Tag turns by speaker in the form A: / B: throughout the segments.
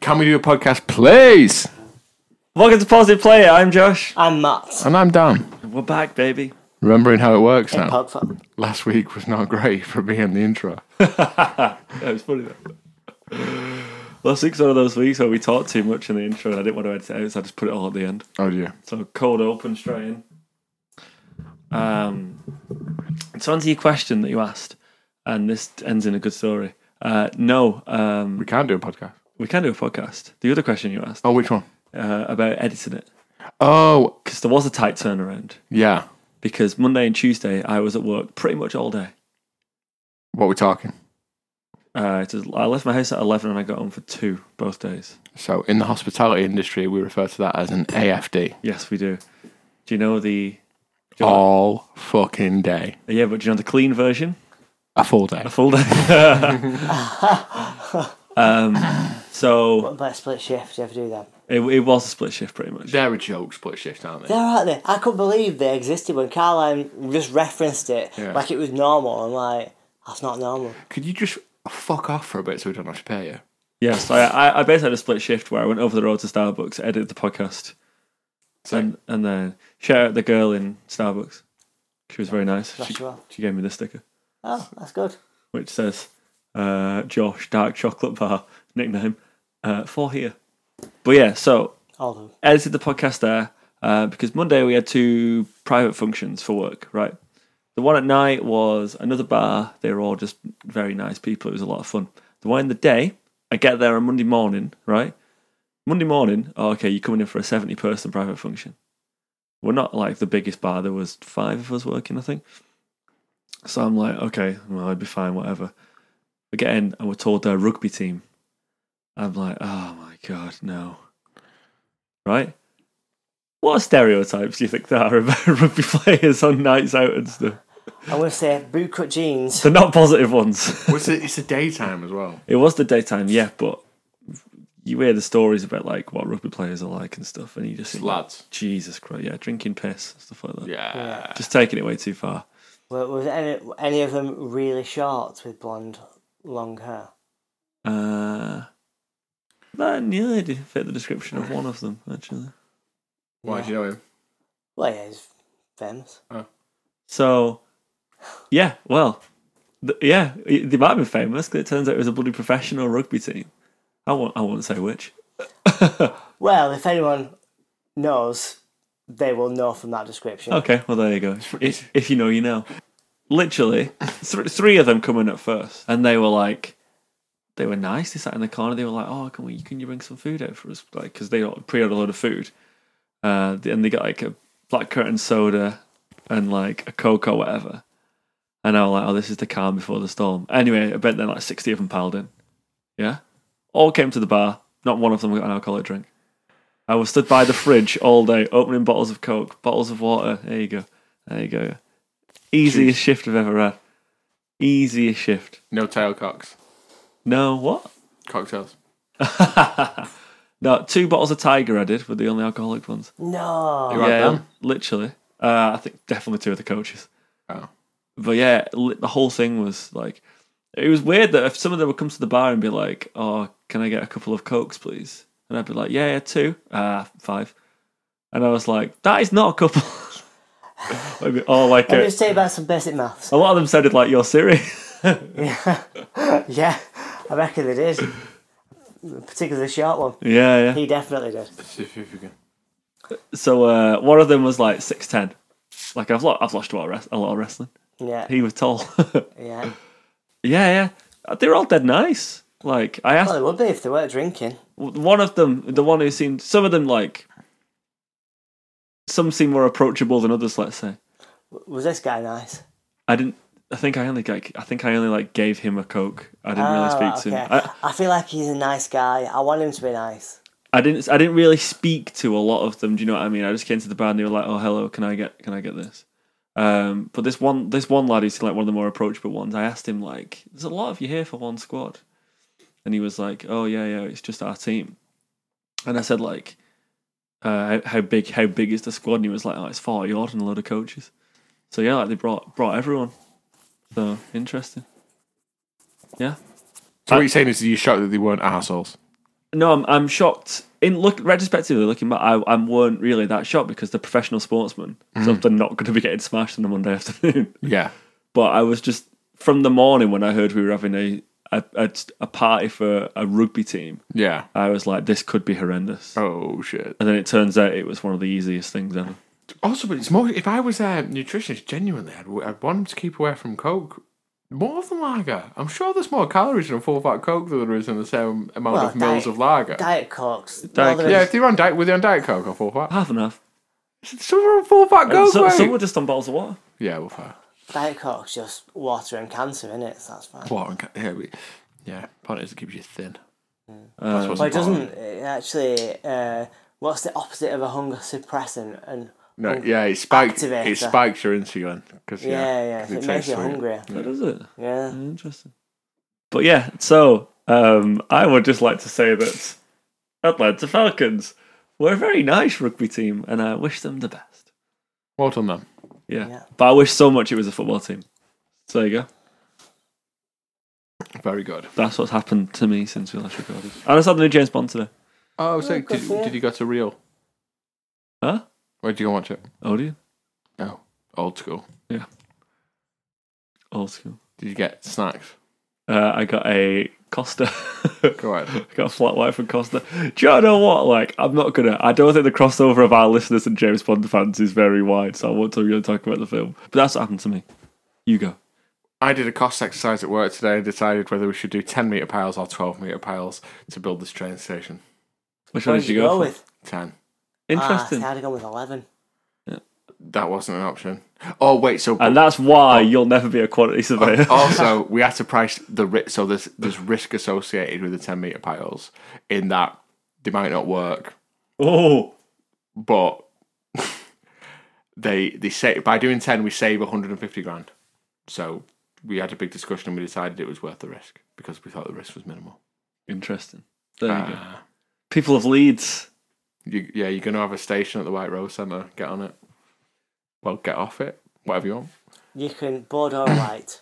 A: Can we do a podcast, please?
B: Welcome to Positive Player. I'm Josh.
C: I'm Matt.
A: And I'm Dan.
B: We're back, baby.
A: Remembering how it works
B: Oh.
A: now.
C: Pub fan.
A: Last week was not great for being the intro.
B: Yeah, it's funny though. Last week's one of those weeks where we talked too much in the intro and I didn't want to edit it out, so I just put it all at the end.
A: Oh dear.
B: So cold open straight in. Um, to answer your question that you asked, and this ends in a good story. Uh, no, um,
A: We can't do a podcast.
B: we can do a podcast. The other question you asked
A: Oh, which one?
B: uh, about editing it,
A: Oh,
B: because there was a tight turnaround.
A: yeah.
B: Because Monday and Tuesday I was at work pretty much all day.
A: What we're talking.
B: Uh, it was, I left my house at eleven and I got home for two both days.
A: So, in the hospitality industry, we refer to that as an AFD.
B: Yes, we do. Do you know the? do
A: Oh.
B: you know-
A: All fucking day.
B: yeah, but do you know the clean version?
A: A full day.
B: A full day. um, so
C: What about a split shift? Do you ever do that?
B: it, it was a split shift, pretty much.
A: They're a joke split shift, aren't
C: They're out there. I couldn't believe they existed when Caroline just referenced it
A: Yeah.
C: like it was normal. I'm like, that's not normal.
A: Could you just fuck off for a bit so we don't have to pay you?
B: Yes, I, I, I basically had a split shift where I went over the road to Starbucks, edited the podcast, and and then shout out the girl in Starbucks. She was very nice. She,
C: That's well.
B: she gave me this sticker,
C: Oh, that's good.
B: which says uh, "Josh Dark Chocolate Bar" nickname uh, for here. But yeah, so
C: All of them.
B: edited the podcast there uh, because Monday we had two private functions for work, right? The one at night was another bar. They were all just very nice people. It was a lot of fun. The one in the day, I get there on Monday morning, right? Monday morning, oh, okay, you're coming in for a 70 person private function. We're not like the biggest bar. There was five of us working, I think. So I'm like, okay, well, I'd be fine, whatever. We get in and we're told they're a rugby team. I'm like, oh my God, no right? What stereotypes do you think there are about rugby players on nights out and stuff?
C: I'm going to say boot cut jeans.
B: They're not positive ones.
A: Well, it's, a, it's a daytime as well.
B: it was the daytime, yeah, but you hear the stories about like what rugby players are like and stuff, and you just think,
A: Lads.
B: Jesus Christ, yeah, drinking piss and stuff like that.
A: Yeah.
B: Just taking it way too far.
C: Were, was any, were any of them really short with blonde, long hair?
B: Uh, that nearly did fit the description of one of them, actually.
A: Why do you know him?
C: Well, yeah, he's famous.
B: So, yeah, well, th- yeah, they might have been famous because it turns out it was a bloody professional rugby team. I won't, I won't say which.
C: Well, if anyone knows, they will know from that description.
B: Okay, well there you go. If, if you know, you know. Literally, th- three of them come in at first, and they were like, they were nice. They sat in the corner. They were like, "Oh, can we? Can you bring some food out for us?" Like, because they pre-ordered a load of food, uh, th- and they got like a black curtain soda and like a coke or whatever. And I was like, "Oh, this is the calm before the storm." Anyway, I bet then like sixty of them piled in. Yeah, all came to the bar. Not one of them got an alcoholic drink. I was stood by the fridge all day, opening bottles of Coke, bottles of water. There you go. There you go. Easiest shift I've ever had. Easiest shift.
A: No tail cocks.
B: No, what?
A: Cocktails.
B: No, two bottles of Tiger I did were the only alcoholic ones.
C: No.
A: Right then.
B: literally. Uh, I think definitely two of the coaches.
A: Oh.
B: But yeah, li- the whole thing was like, it was weird that if some of them would come to the bar and be like, "Oh, can I get a couple of cokes, please?" and I'd be like, "Yeah, yeah, two, ah, five," and I was like, "That is not a couple." Maybe- or like
C: Let me
B: a,
C: just tell you about some basic maths.
B: a lot of them sounded like you're serious.
C: Yeah, I reckon they did. Particularly the short one.
B: yeah, yeah.
C: He definitely did.
A: See if you can.
B: So uh, one of them was like six ten. Like I've lost, I've lost a lot of res- a lot of wrestling.
C: Yeah.
B: He was tall.
C: yeah.
B: yeah, yeah. They were all dead nice. Like I asked
C: Well, it would be if they weren't drinking.
B: one of them, the one who seemed, some of them like, some seem more approachable than others. Let's say
C: W- Was this guy nice?
B: I didn't. I think I only like. I think I only like gave him a coke. I didn't really
C: Ah,
B: speak
C: right,
B: to him.
C: okay.
B: I,
C: I, feel like he's a nice guy. I want him to be nice.
B: I didn't. I didn't really speak to a lot of them. Do you know what I mean? I just came to the bar and they were like, "Oh, hello. Can I get? Can I get this?" Um, but this one, this one lad who's like one of the more approachable ones. I asked him like, "There's a lot of you here for one squad," and he was like, "Oh yeah, yeah. It's just our team." And I said like, uh, how, "How big? How big is the squad?" And he was like, "Oh, it's forty odd and a load of coaches." So yeah, like they brought brought everyone. So interesting. Yeah.
A: Uh, So what you're saying is you shocked that they weren't assholes?
B: no, I'm, I'm shocked. In look retrospectively looking back, I, I weren't really that shocked because they're professional sportsmen, so they're not going to be getting smashed on a Monday afternoon.
A: Yeah.
B: but I was just from the morning when I heard we were having a a, a, a party for a rugby team.
A: Yeah.
B: I was like, this could be horrendous.
A: Oh shit.
B: And then it turns out it was one of the easiest things ever.
A: Also, but it's more. If I was a nutritionist, genuinely, I'd, I'd want 'em to keep away from Coke more than lager. I'm sure there's more calories in a full fat Coke than there is in the same
B: Oh,
A: amount
C: Well,
A: of mils
C: diet-
A: of lager.
C: Diet Cokes.
B: Diet
C: Well, there
A: yeah,
C: is-
A: if you're on diet, were they on diet Coke or full fat?
B: Half and half.
A: Some were on full fat Coke.
B: So,
A: mate.
B: some were just on bottles of water.
A: yeah, well, fair.
C: Diet Coke's just water and cancer, in it? So that's fine.
A: Water and ca- yeah, we, yeah. Point is, it keeps you thin.
B: Uh,
A: what's
C: Well, it
A: important.
C: doesn't it actually. Uh, what's the opposite of a hunger suppressant? And
A: No, yeah, it spikes.
C: Oh, Activator.
A: It spikes your insulin because
C: yeah, yeah, it, makes you hungrier.
B: That is it.
C: Yeah.
B: Interesting. But yeah, so um, I would just like to say that Atlanta Falcons were a very nice rugby team, and I wish them the best.
A: Well done, then.
B: Yeah,
C: Yeah.
B: but I wish so much it was a football team. So there you go.
A: Very good.
B: That's what's happened to me since we last recorded. And I saw the new James Bond today.
A: Oh, so
C: Oh, good
A: did,
C: for you.
A: did you go to Real?
B: Huh?
A: Where did you go watch it?
B: Oh, do you?
A: Oh, old school.
B: Old school.
A: Did you get snacks?
B: Uh, I got a Costa.
A: Go ahead.
B: I got a flat white from Costa. Do you know what? Like, I'm not gonna. I don't think the crossover of our listeners and James Bond fans is very wide, so I won't really talk about the film. But that's what happened to me. You go.
A: I did a cost exercise at work today and decided whether we should do 10 metre piles or 12 metre piles to build this train station.
B: Which
C: What
B: one did you go, for?
C: with?
A: 10.
B: Interesting.
C: Ah, I had to go with eleven.
A: That wasn't an option. Oh, wait, so.
B: and that's why you'll never be a quantity surveyor.
A: also, we had to price the risk. So there's, there's risk associated with the 10 metre piles in that they might not work,
B: oh,
A: but they they say by doing 10, we save 150 grand. So we had a big discussion and we decided it was worth the risk because we thought the risk was minimal.
B: interesting. There you go.
A: Ah.
B: People of Leeds.
A: You, yeah, you're going to have a station at the White Rose Centre. Get on it. Well, get off it. Whatever you want.
C: You can bordeaux white.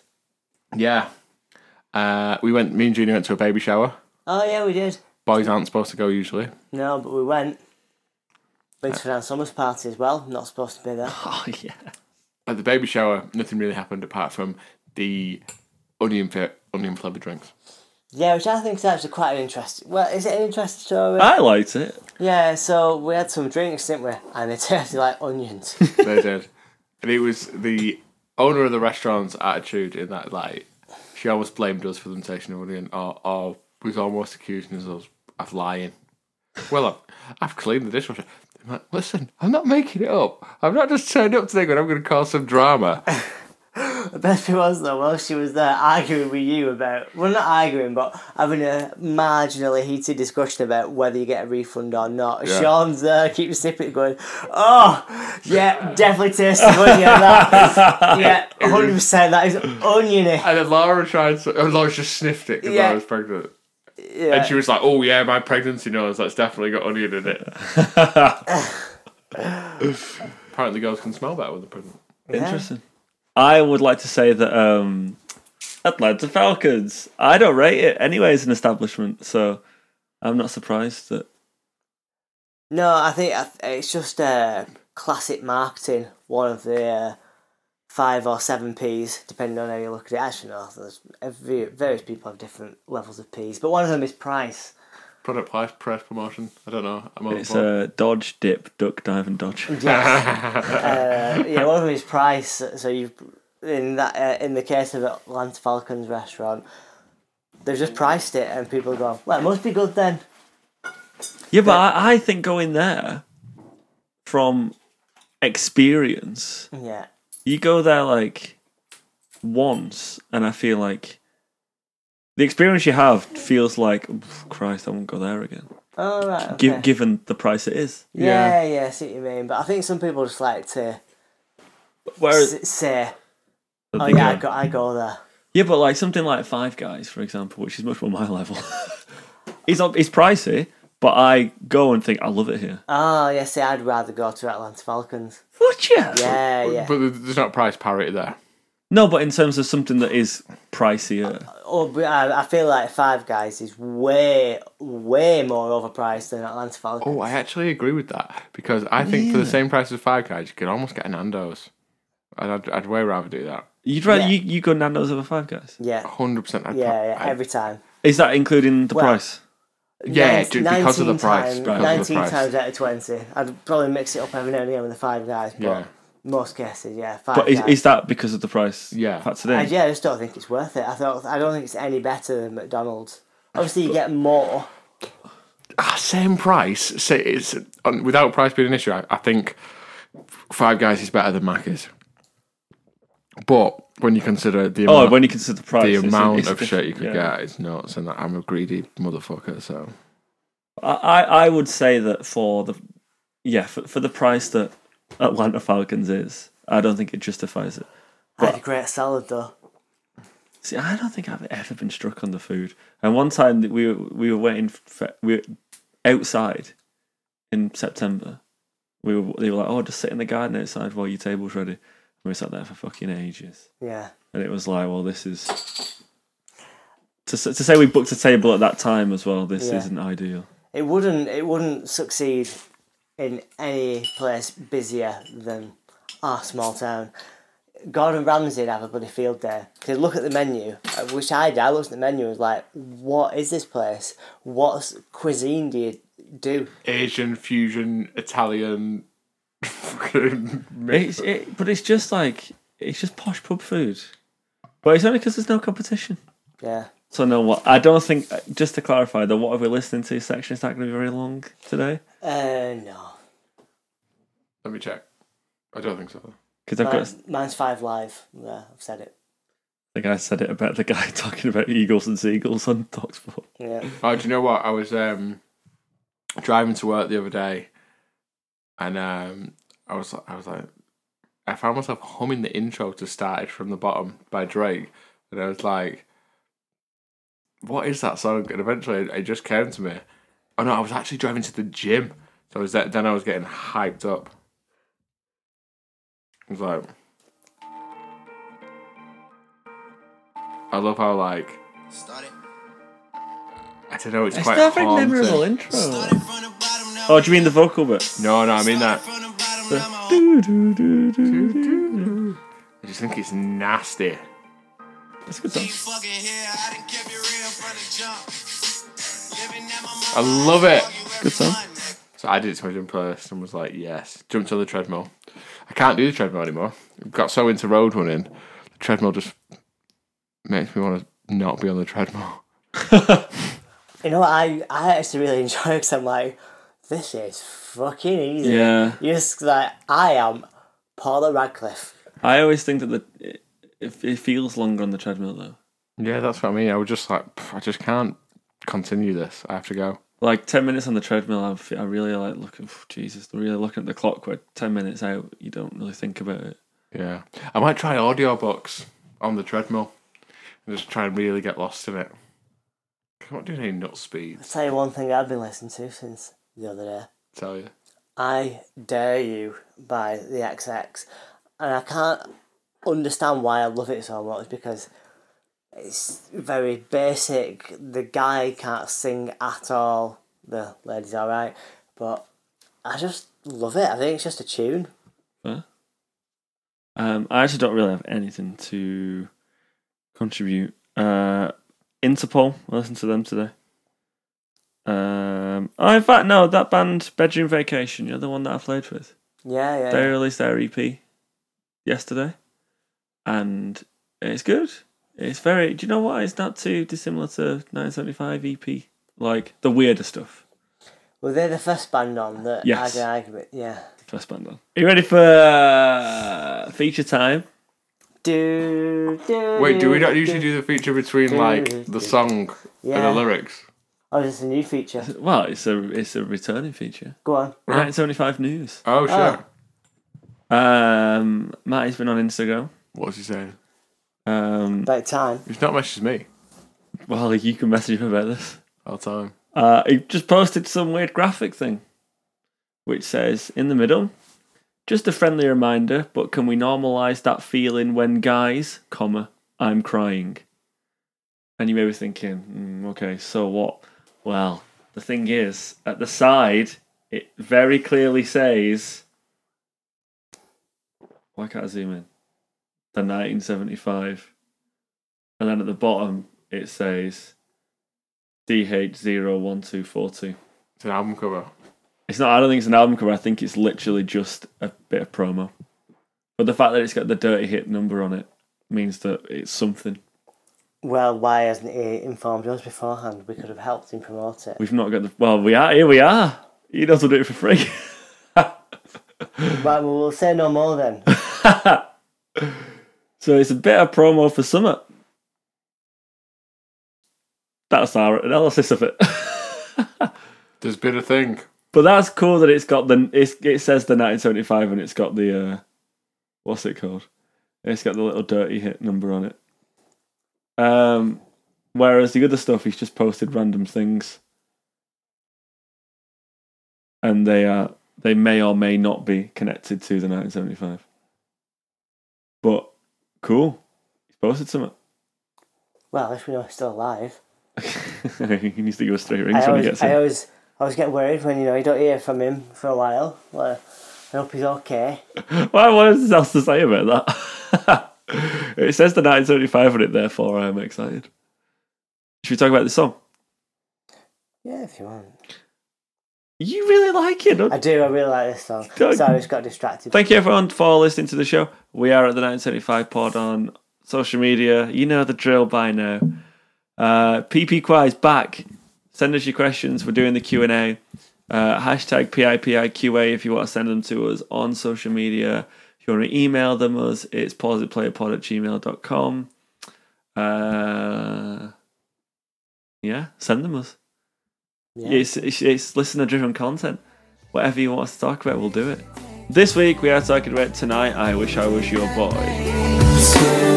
A: Yeah. Uh, we went. Me and Junior went to a baby shower.
C: Oh yeah, we did.
A: Boys aren't supposed to go usually.
C: No, but we went. Winterfell and Summers party as well. Not supposed to be there.
B: Oh yeah.
A: At the baby shower, nothing really happened apart from the onion fi- onion flavored drinks.
C: Yeah, which I think is actually quite an interesting. Well, is it an interesting story?
B: I liked it.
C: yeah. So we had some drinks, didn't we? And they tasted like onions.
A: They did, and it was the owner of the restaurant's attitude in that like she almost blamed us for the taking of onion, or, or was almost accusing us of, of lying. Well, I've, I've cleaned the dishwasher. I'm like, listen, I'm not making it up. I've not just turned up today when I'm going to cause some drama.
C: The best bit was though, while she was there arguing with you about, well, not arguing, but having a marginally heated discussion about whether you get a refund or not.
A: Yeah.
C: Sean's there, keeps sipping, going, "Oh, yeah, definitely tastes of onion. That, yeah, hundred percent. That is oniony."
A: And then Laura tried. So, and Laura just sniffed it because
C: Yeah.
A: I was pregnant.
C: Yeah.
A: And she was like, "Oh yeah, my pregnancy nose. That's definitely got onion in it." Apparently, girls can smell better when they're pregnant.
B: Interesting. I would like to say that um, Atlanta Falcons. I don't rate it anyway as an establishment, so I'm not surprised that.
C: No, I think I th- it's just uh, classic marketing. One of the uh, five or seven P's, depending on how you look at it. Actually, no, there's every, various people have different levels of P's, but one of them is price.
A: Product price, press promotion. I don't know. I'm on
B: It's
A: board.
B: uh, dodge, dip, duck, dive, and dodge.
C: uh, yeah, one of them is price. So you, in that, uh, in the case of Atlanta Falcons restaurant, they've just priced it, and people go, "Well, it must be good then."
B: Yeah, but I, I think going there from experience,
C: Yeah,
B: you go there like once, and I feel like the experience you have feels like "Oof, Christ, I won't go there again.
C: all Oh, right. Okay.
B: Gi- Given the price it is,
C: yeah, yeah, I see what you mean. But I think some people just like to
B: whereas
C: s- say,
B: I
C: "Oh
B: think,
C: yeah, I
B: uh,
C: go, I go there."
B: Yeah, but like something like Five Guys, for example, which is much more my level. it's not, it's pricey, but I go and think I love it here.
C: Oh yeah, see, I'd rather go to Atlanta Falcons.
B: Would you?
C: Yeah, yeah.
A: But there's not price parity there.
B: No, but in terms of something that is pricier,
C: Oh, but I, I feel like Five Guys is way, way more overpriced than Atlanta Falcons.
A: Oh, I actually agree with that because I think for the same price as Five Guys, you could almost get an Nando's. And I'd, I'd way rather do that.
B: you'd rather
C: Yeah.
B: you, you go Nando's over Five Guys.
A: Oh,
C: yeah,
A: 100%. I'd
C: yeah,
A: pro-
C: yeah.
A: I'd-
C: Every time.
B: Is that including the
C: Well-
B: price?
A: yeah,
C: Nin-
A: dude, because of the
C: 19
A: price. because
C: times-
A: of the
C: 19
A: price.
C: times out of 20. I'd probably mix it up every now and again with the Five Guys, but
A: Yeah.
C: most cases, yeah. Five
B: But is,
C: Guys.
B: is that because of the price?
A: Yeah.
B: factored
C: I,
B: in.
C: yeah, I just don't think it's worth it. I, thought, I don't think it's any better than McDonald's. Obviously, you get more.
A: Ah, same price. Say it's on, without price being an issue. I, I think Five Guys is better than Macca's. But when you consider the
B: Oh,
A: amount,
B: when you consider the price,
A: the
B: it's-
A: amount
B: it's
A: of
B: diff-
A: shit you could
B: yeah.
A: get, it's nuts. And that I'm a greedy motherfucker. So
B: I, I I would say that for the yeah for, for the price that Atlanta Falcons is, I don't think it justifies it.
C: I had a great salad, though.
B: See, I don't think I've ever been struck on the food. And one time that we were, we were waiting for we were outside in September. We were they were like, oh, just sit in the garden outside while your table's ready. And we sat there for fucking ages.
C: Yeah.
B: And it was like, well, this is to s- to say we booked a table at that time as well. This
C: Yeah.
B: isn't ideal.
C: It wouldn't it wouldn't succeed in any place busier than our small town. Gordon Ramsay'd have a bloody field day. He'd look at the menu, uh, which I did. I looked at the menu and was like, what is this place? What s- cuisine do you do?
A: Asian fusion, Italian.
B: It's it, but it's just like it's just posh pub food. But it's only because there's no competition.
C: Yeah.
B: So no, what I don't think. uh, Just to clarify, the what are we listening to section is not going to be very long today
C: Uh, no.
A: Let me check. I don't think so.
B: because I've
C: Mine-
B: got.
C: mine's five live. Yeah, I've said it.
B: The guy said it about the guy talking about eagles and seagulls on Talksport.
C: Yeah.
A: Oh, do you know what? I was um, driving to work the other day, and um, I was I was like, I found myself humming the intro to "Started from the Bottom" by Drake, and I was like, "What is that song?" And eventually, it just came to me. Oh no, I was actually driving to the gym, so I was there, then I was getting hyped up. I was like, I love how like
D: Started,
A: I don't know, it's,
B: It's
A: quite
B: not a very
A: haunting.
B: memorable intro.
D: started from the bottom now.
B: Oh, do you mean the vocal bit?
A: No, no, I mean that.
D: From the bottom now, my own
B: Do, do, do, do, do.
A: I just think it's nasty.
B: That's a good song.
D: you fucking here. I done kept it real from the jump. Living at my mama.
A: I love it.
B: Good song.
A: So I did it to my gym playlist and was like, yes. Jumped on the treadmill. I can't do the treadmill anymore. Got so into road running, the treadmill just makes me want to not be on the treadmill.
C: You know, what? I, I actually really enjoy it because I'm like, this is fucking easy.
B: Yeah,
C: You're just like, I am Paula Radcliffe.
B: I always think that the it, it feels longer on the treadmill though.
A: Yeah, that's what I mean. I was just like, "Pff, I just can't continue this. I have to go.
B: like 10 minutes on the treadmill i'm fe- i really like looking jesus really looking at the clock where 10 minutes out you don't really think about it
A: Yeah. I might try audiobooks on the treadmill and just try and really get lost in it. I'm not doing any nut speeds,
C: tell you one thing I've been listening to since the other day.
A: I tell you.
C: I Dare You by the XX. And I can't understand why I love it so much because it's very basic. The guy can't sing at all. The lady's alright. But I just love it. I think it's just a tune.
B: Fair. um i actually don't really have anything to contribute uh interpol i listened to them today um oh in fact no that band bedroom vacation you know the one that i played with
C: Yeah, yeah.
B: they released their ep yesterday and it's good it's very do you know what it's not too dissimilar to 975 ep like the weirder stuff
C: Were they the first band on that
B: Yes.
C: I had an argument? Yeah.
B: first band on are you ready for uh, feature time
C: Do, do,
A: Wait, do we not usually do the feature between like the song
C: Yeah.
A: and the lyrics?
C: Oh, it's a new feature.
B: well it's a it's a returning feature
C: Go on.
B: 975 news
A: Oh sure.
C: Ah.
B: um matty's been on instagram
A: What's he saying?
B: um
C: About time.
A: He's not messaged me.
B: well you can message him about this
A: I'll tell him.
B: Uh, he just posted some weird graphic thing, which says in the middle, Just a friendly reminder, but can we normalize that feeling when guys, comma, I'm crying? And you may be thinking, mm, okay, so what? Well, the thing is, at the side, it very clearly says, why can't I zoom in? The 1975. And then at the bottom, it says DH01242.
A: It's an album cover.
B: It's not. I don't think it's an album cover. I think it's literally just a bit of promo. But the fact that it's got the dirty hit number on it means that it's something.
C: Well, why hasn't he informed us beforehand? We could have helped him promote it.
B: We've not got the. Well, we are here. We are. He doesn't do it for free.
C: Right, well, we'll say no more then.
B: so it's a bit of promo for Summit. That's our analysis of it.
A: There's been a thing.
B: But that's cool that it's got the it's, it says the 1975 and it's got the uh, what's it called? It's got the little dirty hit number on it. Um, whereas the other stuff, he's just posted random things, and they are they may or may not be connected to the 1975. But cool, he's posted something.
C: Well, if we know he's still alive.
B: he needs to give us three
C: I
B: rings when he
C: always,
B: gets
C: I
B: in.
C: always, I always get worried when you know you don't hear from him for a while. Well, I hope he's okay.
B: Well, what else to say about that? it says the 1975 on it, therefore I am excited. Should we talk about the song?
C: Yeah, if you want.
B: You really like it. don't
C: I do. I really like this song.
B: Don't-
C: Sorry, I just got distracted.
B: Thank you everyone for listening to the show. We are at the 1975 pod on social media. You know the drill by now. Uh, PP Quiz back. Send us your questions. We're doing the Q and A. Uh, hashtag PIPIQA if you want to send them to us on social media. If you want to email them us, it's positplayerpod at gmail.com. Uh, yeah, send them us.
C: Yeah.
B: It's, it's, it's listener driven content. Whatever you want us to talk about, we'll do it. This week we are talking about Tonight I Wish I Was Your Boy.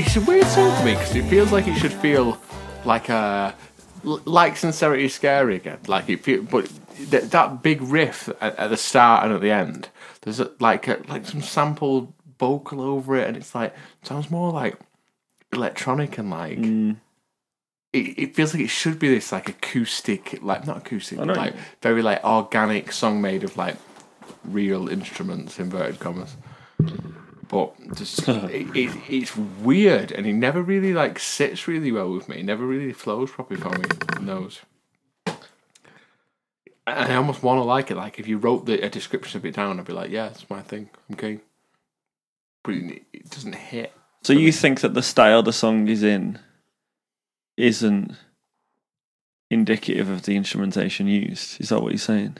A: It's a weird song to me because it feels like it should feel like a l- like sincerity is scary again. Like it, feel, but th- that big riff at, at the start and at the end. There's a, like a, like some sampled vocal over it, and it's like sounds more like electronic and like.
B: Mm.
A: It, it feels like it should be this like acoustic, like not acoustic,
B: I
A: but
B: know.
A: like very like organic song made of like real instruments, inverted commas. But just it, it, it's weird, and he never really like sits really well with me. He never really flows properly for me. in Those. And I almost want to like it. Like if you wrote the, a description of it down, I'd be like, "Yeah, it's my thing. Okay." But it, it doesn't hit.
B: So you think that the style the song is in isn't indicative of the instrumentation used? Is that what you're saying?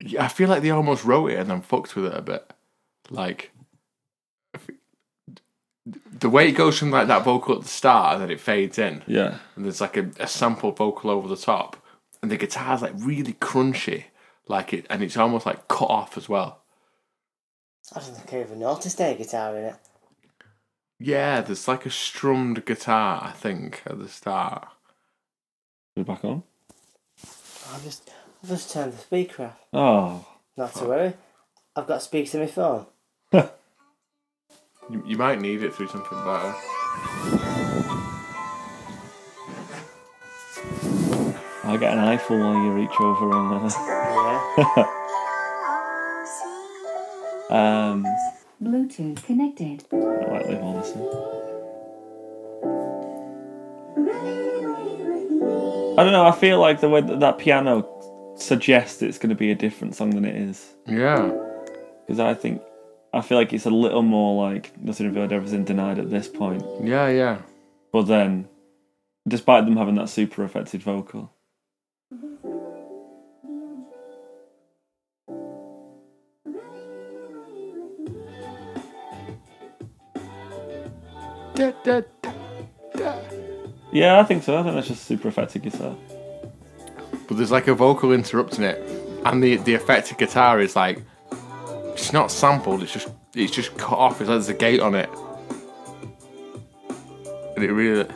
A: Yeah, I feel like they almost wrote it and then fucked with it a bit. Like I fe- the way it goes from like that vocal at the start and then it fades in.
B: Yeah.
A: and there's like a, a sample vocal over the top, and the guitar's like really crunchy, like it, and it's almost like cut off as well.
C: I don't think I even noticed any guitar in it.
A: Yeah, there's like a strummed guitar, I think, at the start.
B: We're back on.
C: I've just, I've just turned the speaker off.
B: Oh.
C: Not to worry. I've got speakers in my phone.
A: You, you might need it through something better.
B: I'll get an eyeful while you reach over and uh,
C: Yeah.
B: um
E: Bluetooth connected.
B: I like live on this one. I don't know, I feel like the way that, that piano suggests it's gonna be a different song than it is.
A: Yeah,
B: because I think I feel like it's a little more like nothing revealed, everything denied at this point.
A: yeah, yeah.
B: But then, despite them having that super affected vocal,
A: Da, da, da, da.
B: yeah, I think so. I think that's just super affected guitar.
A: But there's like a vocal interrupting it, and the the affected guitar is like It's not sampled. It's just it's just cut off. It's like there's a gate on it, and it really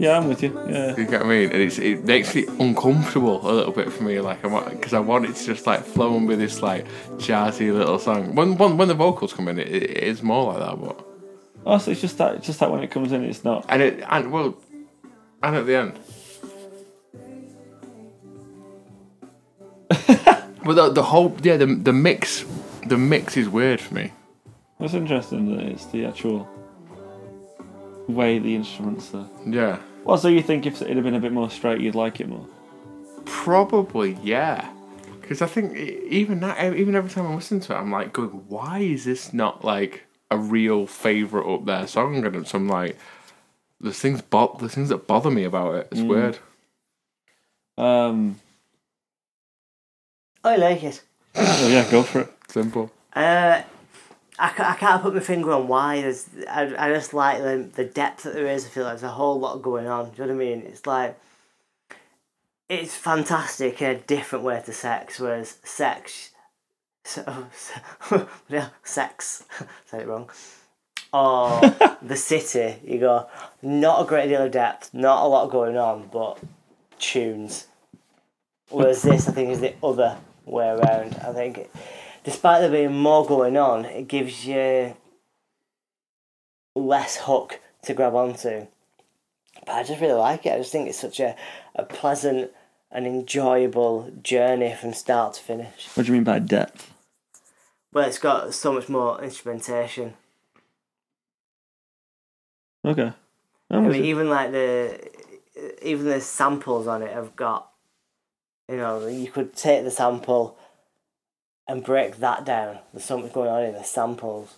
B: Yeah, I'm with you. Yeah.
A: you get what I mean. And it's it makes it uncomfortable a little bit for me. Like I because I want it to just like flow and be this like jazzy little song. When when, when the vocals come in, it, it is more like that. But
B: Oh, so it's just that. It's just that when it comes in, it's not.
A: and it and well, and at the end. but the, the whole yeah the the mix the mix is weird for me.
B: It's interesting that it's the actual way the instruments are.
A: Yeah.
B: Well, so you think if it had been a bit more straight, you'd like it more?
A: Probably, yeah. Because I think e- even that, even every time I listen to it, I'm like, going, why is this not like a real favorite up there song? And so I'm like, there's things, bo- there's things that bother me about it. It's weird.
B: Um,
C: I like it.
B: so yeah, go for it.
A: Simple.
C: Uh, I, ca- I can't put my finger on why. There's, I, I just like the, the depth that there is. I feel like there's a whole lot going on. Do you know what I mean? It's like, it's fantastic in a different way to sex, whereas sex, so, so, yeah, sex, said it wrong, or the city, you go, not a great deal of depth, not a lot going on, but tunes. Whereas this, I think, is the other way around. I think it, despite there being more going on, it gives you less hook to grab onto. But I just really like it. I just think it's such a, a pleasant and enjoyable journey from start to finish.
B: What do you mean by depth?
C: Well, it's got so much more instrumentation.
B: Okay.
C: I
B: I'm with
C: mean,
B: you.
C: even like the even the samples on it have got, you know, you could take the sample and break that down. There's something going on in the samples.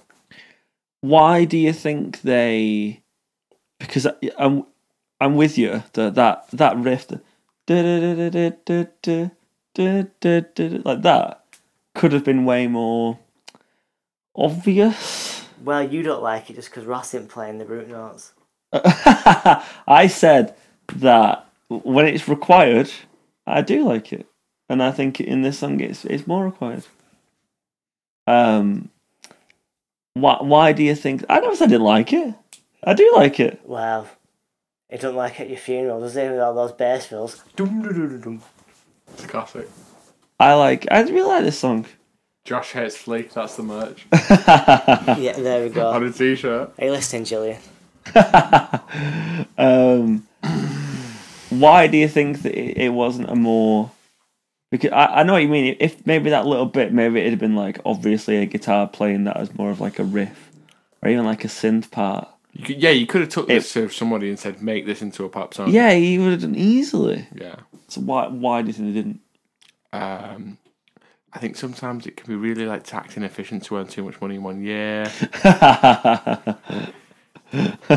B: Why do you think they? Because I, I'm, I'm with you. The, that that riff, the, like that, could have been way more obvious.
C: Well, you don't like it just because Ross isn't playing the root notes.
B: I said that when it's required, I do like it, and I think in this song it's it's more required. Um, why why do you think? I never said I didn't like it. I do like it.
C: Well, it don't like at your funeral, does it? With all those bass fills. Dum, dum, dum, dum, dum.
A: It's a classic.
B: I like. I really like this song.
A: Josh hates Flea. That's the merch
C: Yeah, there we
A: on
C: go.
A: a t-shirt.
C: Are you listening, Gillian?
B: Um, why do you think that it, it wasn't a more? Because I, I know what you mean. If maybe that little bit, maybe it'd have been like obviously a guitar playing that as more of like a riff, or even like a synth part.
A: You could, yeah, you could have took this to somebody and said, make this into a pop song.
B: Yeah, he would have done easily.
A: Yeah.
B: So why why do you think they didn't?
A: Um, I think sometimes it can be really like tax inefficient to earn too much money in one year.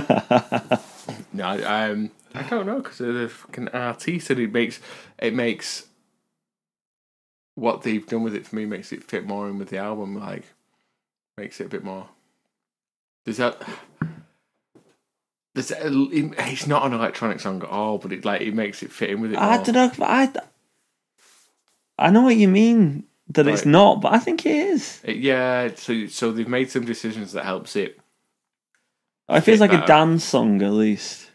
A: no, I, um, I don't know because they're the fucking artist and it makes it makes what they've done with it for me makes it fit more in with the album. Like makes it a bit more. Does that? There's, it's not an electronic song at all, but it like it makes it fit in with it.
B: I
A: more.
B: don't know. I I know what you mean that it's
A: Right.
B: not, but I think it is.
A: It- yeah, so so they've made some decisions that helps it.
B: It feels like a
A: that.
B: dance song at least.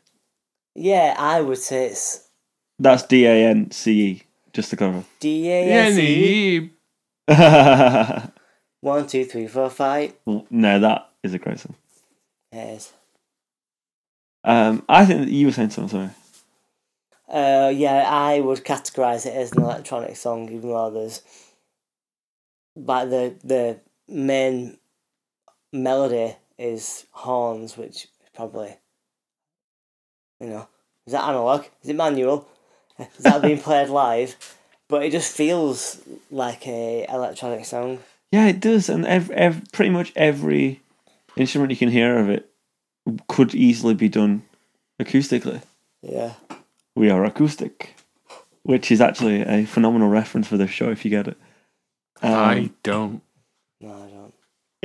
C: Yeah, I would say it's
B: That's D A N C E. Just to clarify.
C: D A S E.
B: no,
C: One, two, three, four, five.
B: that is a great song.
C: Yes.
B: Um, I think that you were saying something. Sorry.
C: Uh, yeah, I would categorise it as an electronic song, even though there's like the the main melody is horns, which is probably you know is that analog? Is it manual? Is that being played live? But it just feels like a electronic song.
B: Yeah, it does, and ev ev pretty much every instrument you can hear of it could easily be done acoustically.
C: Yeah.
B: We are acoustic, which is actually a phenomenal reference for this show if you get it. Um,
A: I don't.
C: No, I don't.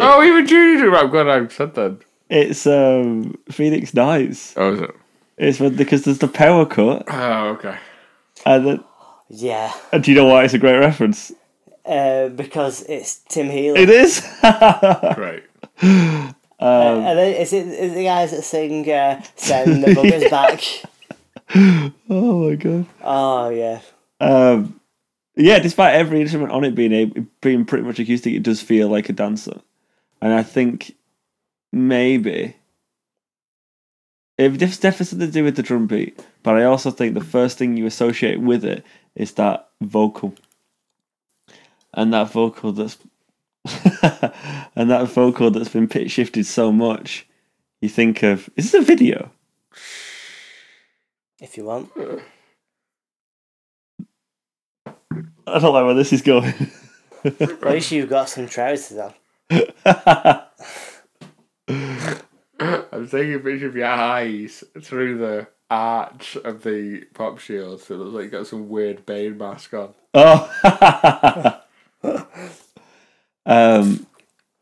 A: Oh, even Judy did. I'm glad I said that.
B: It's um, Phoenix Nights.
A: Oh, is it?
B: It's when- because there's the power cut,
A: Oh, okay.
B: and, then,
C: Yeah.
B: and do you know why it's a great reference?
C: uh, because it's Tim Healy.
B: It is.
A: Great.
C: and then is it is it the guys that sing uh, "Send the Buggers Back"?
B: oh my god.
C: Oh yeah,
B: Um, yeah, despite every instrument on it being a, being pretty much acoustic, it does feel like a dancer, and I think maybe if it's definitely something to do with the drum beat, but I also think the first thing you associate with it is that vocal, and that vocal that's and that vocal that's been pitch shifted so much. You think of is this a video?
C: if you want.
B: I don't know where this is going.
C: At least you've got some trousers on.
A: I'm taking a picture of your eyes through the arch of the pop shield, so it looks like you got some weird Bane mask on.
B: Oh. um,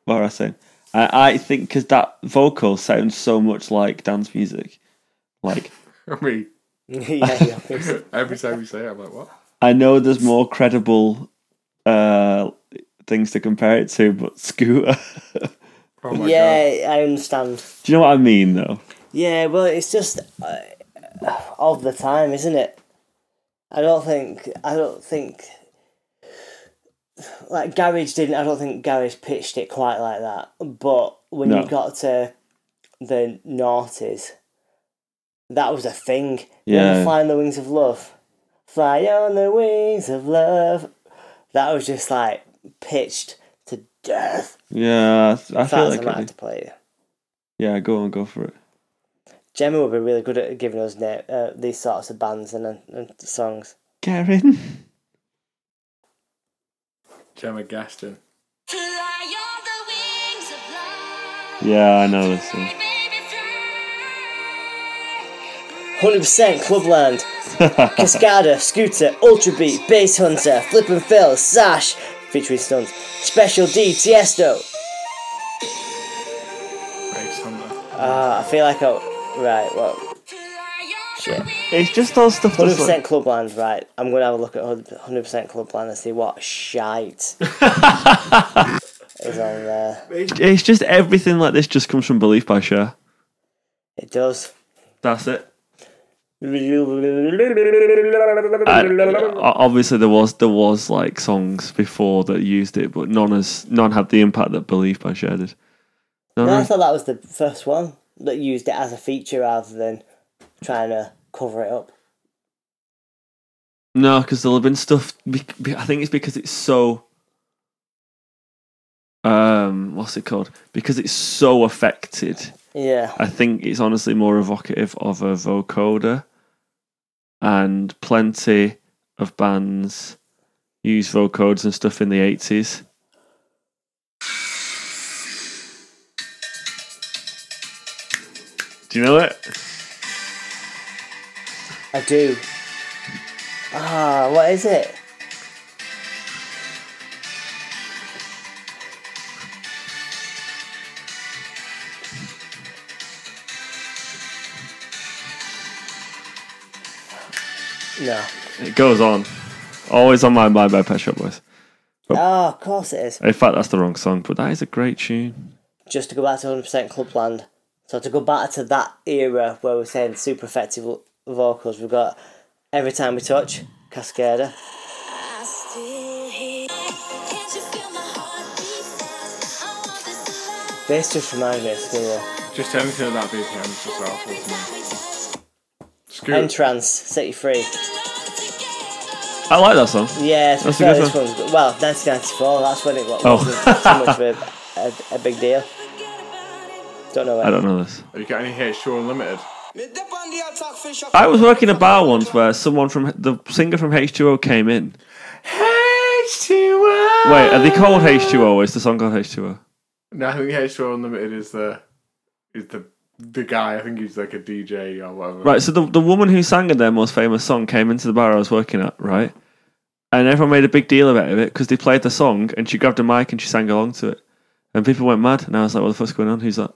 B: what was I saying? I, I think because that vocal sounds so much like dance music. Like
A: I mean,
C: yeah, yeah,
A: Oh
C: please.
A: every time you say it, I'm like, what?
B: I know there's more credible uh, things to compare it to, but Scooter. Do
A: Oh my god.
C: yeah I understand.
B: you know what I mean, though?
C: Yeah, well, it's just uh, of the time, isn't it? I don't think I don't think like garage didn't. I don't think garage pitched it quite like that. But when
B: No.
C: you got to the noughties, that was a thing.
B: Yeah.
C: When fly on the wings of love, fly on the wings of love. That was just like pitched to death.
B: Yeah, I th- I
C: In
B: feel like.
C: fact, I might have
B: it-
C: to play it.
B: yeah, go on, go for it.
C: Gemma would be really good at giving us na- uh, these sorts of bands and, and songs.
B: Karen.
A: Gemma Gaston.
F: Fly on the wings of love.
B: Yeah, I know this song.
F: Fly, baby, fly.
C: 100% Clubland, Cascada, Scooter, Ultra Beat, Bass Hunter, Flip and Phil, Sash, featuring Stunts, Special D, Tiesto.
A: Great song. that.
C: Ah, I feel like I. Right, well,
F: Fly on
C: Shit.
F: the wings
B: It's just all stuff that's
C: 100%
B: like,
C: Clubland, right. I'm going to have a look at 100% Clubland and see what shite is on there.
B: It's just everything like this just comes from Belief by Cher.
C: It does.
B: That's it.
C: Yeah,
B: And, uh, obviously there was there was like songs before that used it, but none as none had the impact that Believe by Cher did. No,
C: I
B: no.
C: thought that was the first one that used it as a feature rather than trying to cover it up.
B: No, because there'll have been stuff. be- be- I think it's because it's so. Um, what's it called? Because it's so affected.
C: Yeah.
B: I think it's honestly more evocative of a vocoder, and plenty of bands use vocoders and stuff in the eighties. Do you know it?
C: I do. Ah, what is it? No.
B: It goes on. Always on my mind by Pet Shop Boys.
C: Oh, of course it is.
B: In fact, that's the wrong song, but that is a great tune.
C: Just to go back to 100% Clubland. So to go back to that era where we're saying super effective vo- vocals, we've got Every Time We Touch, Cascada.
F: I still hear. Can't you feel my heartbeat fast? I want this to last.
C: This just reminds me of Scooter.
A: Just anything of that BPM is just awful to me.
F: We touch,
A: Scoot.
C: Entrance, City Free.
F: love together.
B: I like that song.
C: Yeah, it's
B: That's a
C: fair,
B: good
C: this
B: one.
C: one's good. Well, 1994, that's when it wa-
B: Oh.
C: wasn't too much of a, a, a big deal.
F: Forget about it.
C: Don't know
B: I
C: where.
B: don't know this.
A: Have you got any H2 Unlimited?
D: I
B: I was working a bar once where someone from the singer from H2O came in.
A: H2O!
B: Wait, are they called H2O? Or is the song called H2O?
A: No, I think H2O Unlimited is the is the the guy. I think he's like a DJ or whatever.
B: Right, so the, the woman who sang their most famous song came into the bar I was working at, right? And everyone made a big deal about it because they played the song and she grabbed a mic and she sang along to it. And people went mad. And I was like, what the fuck's going on? Who's that?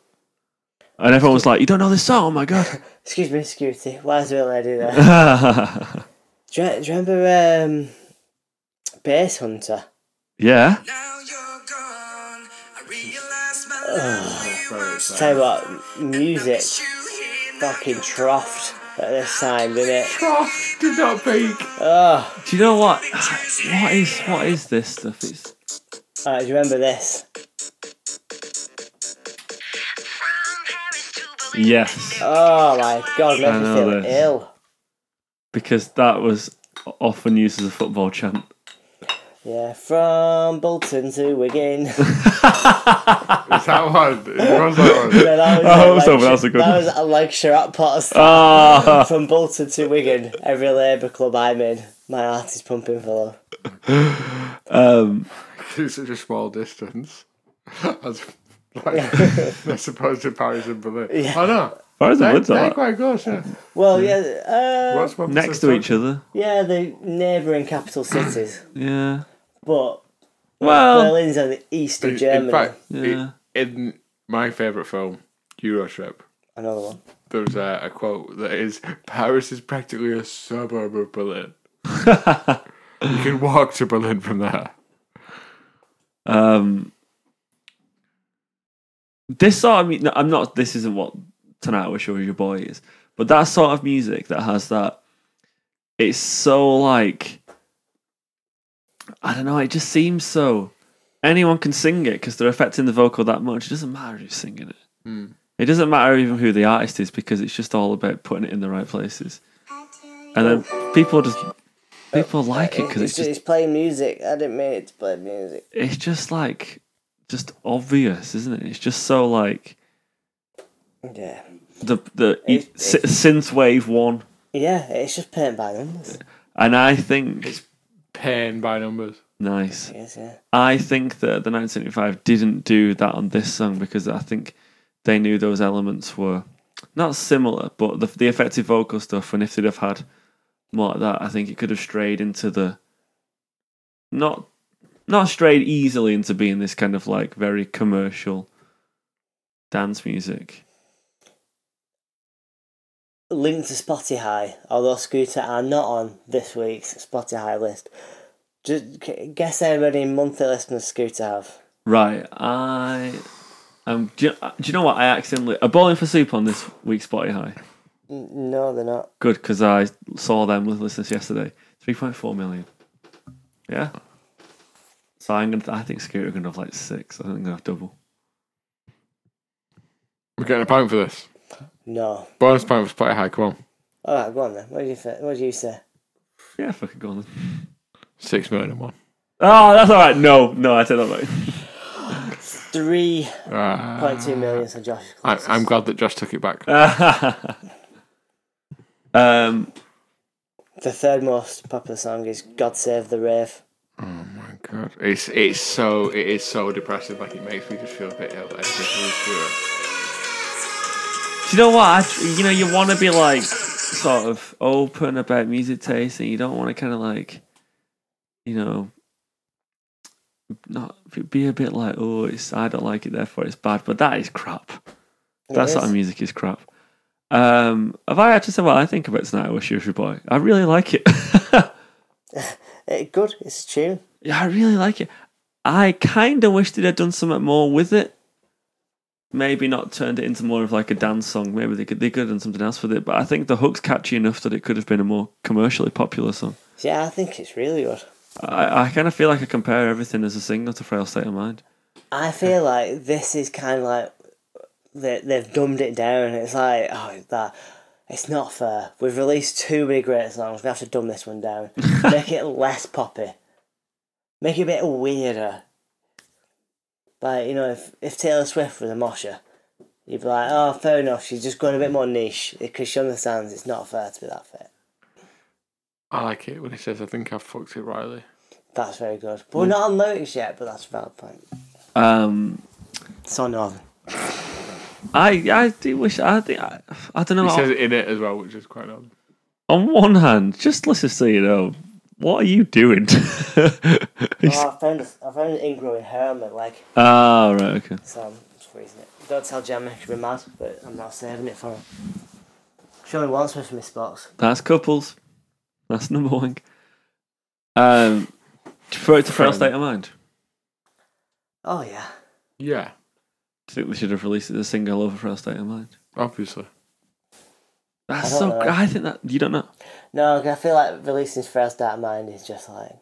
B: And everyone was like, you don't know this song? Oh my God.
C: Excuse me, security. Why is the little lady there?
B: yeah,
C: do, you, do you remember um, Bass Hunter?
B: Yeah.
D: Now you're gone. I realize my love
A: Very exciting.
C: Tell you what, music fucking troughed at this time, didn't it?
A: Trough did not peak.
C: Oh,
B: Do you know what? What is what is this stuff? It's
C: alright, do you remember this?
B: yes,
C: Oh my god, it
B: I
C: makes me
B: know
C: feel
B: this.
C: ill.
B: because that was often used as a football chant.
C: Yeah, from Bolton to Wigan.
A: It's that one. It was that one.
C: No, that was
B: Oh,
C: like,
B: so that was a good
C: That
B: one.
C: was a Lancashire at Potter's.
B: Ah,
C: From Bolton to Wigan, every Labour club I'm in, my heart is pumping for love.
B: um,
A: It's such a small distance. As like, I suppose to Paris and Berlin. Oh, I know.
B: far as the
A: They're,
B: woods
A: they're
B: are
A: quite close. Yeah.
B: Hmm.
C: Well, yeah, uh,
A: What's one
B: next to each other.
C: yeah, the neighbouring capital cities,
B: Yeah.
C: but
B: Well,
C: Berlin's on the east of
A: In,
C: Germany.
A: in fact,
B: Yeah.
A: i- in my favourite film, Eurotrip,
C: Another one.
A: there's a, a quote that is Paris is practically a suburb of Berlin. you can walk to Berlin from there.
B: um, this sort of mu- no, I'm not. This isn't what tonight I wish I was your boy is, but that sort of music that has that. It's so like. I don't know. It just seems so. Anyone can sing it because they're affecting the vocal that much. It doesn't matter who's singing it. It doesn't matter even who the artist is because it's just all about putting it in the right places. And then people just people like it because
C: it's,
B: it's just
C: it's playing music. I didn't mean it to play music.
B: it's just like just obvious, isn't it? It's just so like
C: Yeah.
B: the the
C: It's-
B: s- synth wave one,
C: Yeah, it's just paint by numbers.
B: and I think
A: It's pain by numbers.
B: nice.
C: Yes, yeah.
B: I think that the 1975 didn't do that on this song because I think they knew those elements were not similar, but the the effective vocal stuff. And if they'd have had more like that, I think it could have strayed into the not not strayed easily into being this kind of like very commercial dance music.
C: Linked to Spotify, although Scooter are not on this week's Spotify list. Just c- guess how many monthly listeners Scooter have.
B: Right, I um, do, you, do you know what? I accidentally a bowling for soup on this week's Spotty High.
C: N- No, they're not.
B: Good because I saw them with listeners yesterday. Three point four million. Yeah. So I'm gonna. I think Scooter are gonna have like six. I think they're gonna have double.
A: We're getting a point for this.
C: No.
A: Bonus point was pretty high. Come on,
C: All right, go on then. What do you th- What do you say?
B: Yeah, fucking go on. Then.
A: six million and one.
B: Oh, that's all right. No, no, I take that back.
C: Three
A: Uh,
C: point two million for Josh.
A: I, I'm glad that Josh took it back. Oh,
B: um,
C: The third most popular song is "God Save the Rave."
A: Oh my god, it's it's so it is so depressing. Like it makes me just feel a bit ill. every time we do it.
B: do you know what? I, you know, you want to be like sort of open about music taste, and you don't want to kind of like, you know, not be a bit like, oh, it's I don't like it, therefore it's bad. But that is crap.
C: It
B: That
C: is.
B: sort of music is crap. Um, have I actually said what I think about tonight? I wish you should boy. I really like it.
C: Eh, good. It's a tune.
B: yeah, I really like it. I kind of wish they'd have done something more with it. Maybe not turned it into more of like a dance song. Maybe they could they could have done something else with it. But I think the hook's catchy enough that it could have been a more commercially popular song.
C: Yeah, I think it's really good.
B: I, I kind of feel like I compare everything as a single to Frail State of Mind.
C: I feel like this is kind of like they, they've dumbed it down. It's like, oh, that it's not fair. We've released too many great songs. We have to dumb this one down. Make it less poppy. Make it a bit weirder. Like you know, if if Taylor Swift was a mosher, you'd be like, oh, fair enough. She's just going a bit more niche because she understands it's not fair to be that fair.
A: I like it when he says, "I think I've fucked it, Riley."
C: That's very good. But we're not on lyrics yet. But that's a valid point. Oh,
B: Um,
C: It's on Northern.
B: I I do wish I think I, I don't know.
A: He says it in it as well, which is quite odd.
B: on one hand, just listen to you know, what are you doing?
C: Oh, I found I found an ingrowing hair on my leg.
B: Ah, right, okay.
C: So I'm freezing it. Don't tell Gemma, she'll be mad, but I'm not saving it for her. She only wants me for my spots.
B: That's couples. That's number one. Um, for it to fail
A: Friend.
B: state of mind.
C: Oh yeah.
A: Yeah,
B: I think they should have released it as a single over Frail State of Mind.
A: obviously.
B: That's
C: I don't
B: so.
C: know.
B: gr- I think that you don't know.
C: No, 'cause I feel like releasing First Dark Mind is just like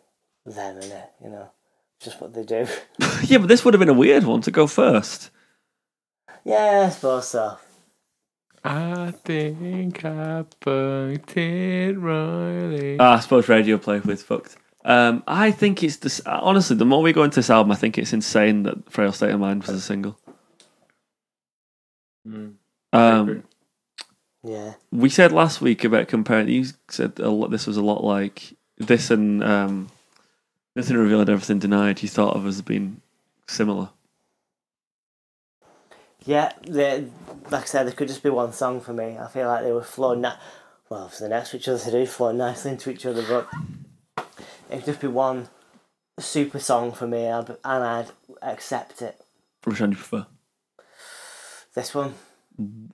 C: them in it, you know, just what they do.
B: yeah, but this would have been a weird one to go first.
C: yeah, I suppose so.
A: I think I punked it royally.
B: Ah, I suppose radio play with fucked. Um, I think it's this. Honestly, the more we go into this album, I think it's insane that Frail State of Mind was a single.
A: Mm.
B: Um,
C: Yeah.
B: we said last week about comparing. You said a lot, this was a lot like this and um, nothing revealed, everything denied. You thought of as being similar.
C: Yeah, they, like I said, there could just be one song for me. I feel like they were flowing that. Well, for the next to each other, they do flow nicely into each other, but it could just be one super song for me, I'd, and I'd accept it.
B: Which one do you prefer?
C: This one,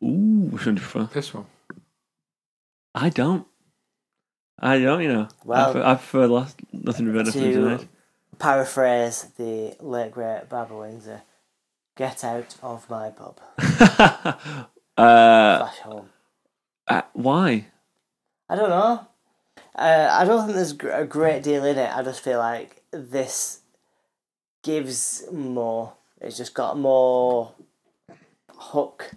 B: Ooh, which one do you prefer?
A: This one.
B: I don't. I don't. You know. I
C: Well-
B: prefer, I prefer last nothing revealed, everything
C: To-
B: denied.
C: paraphrase the late great Barbara Windsor Get out of my pub,
B: uh,
C: flash home.
B: uh, why?
C: I don't know. Uh, I don't think there's gr- a great deal in it. I just feel like this gives more. It's just got more hook.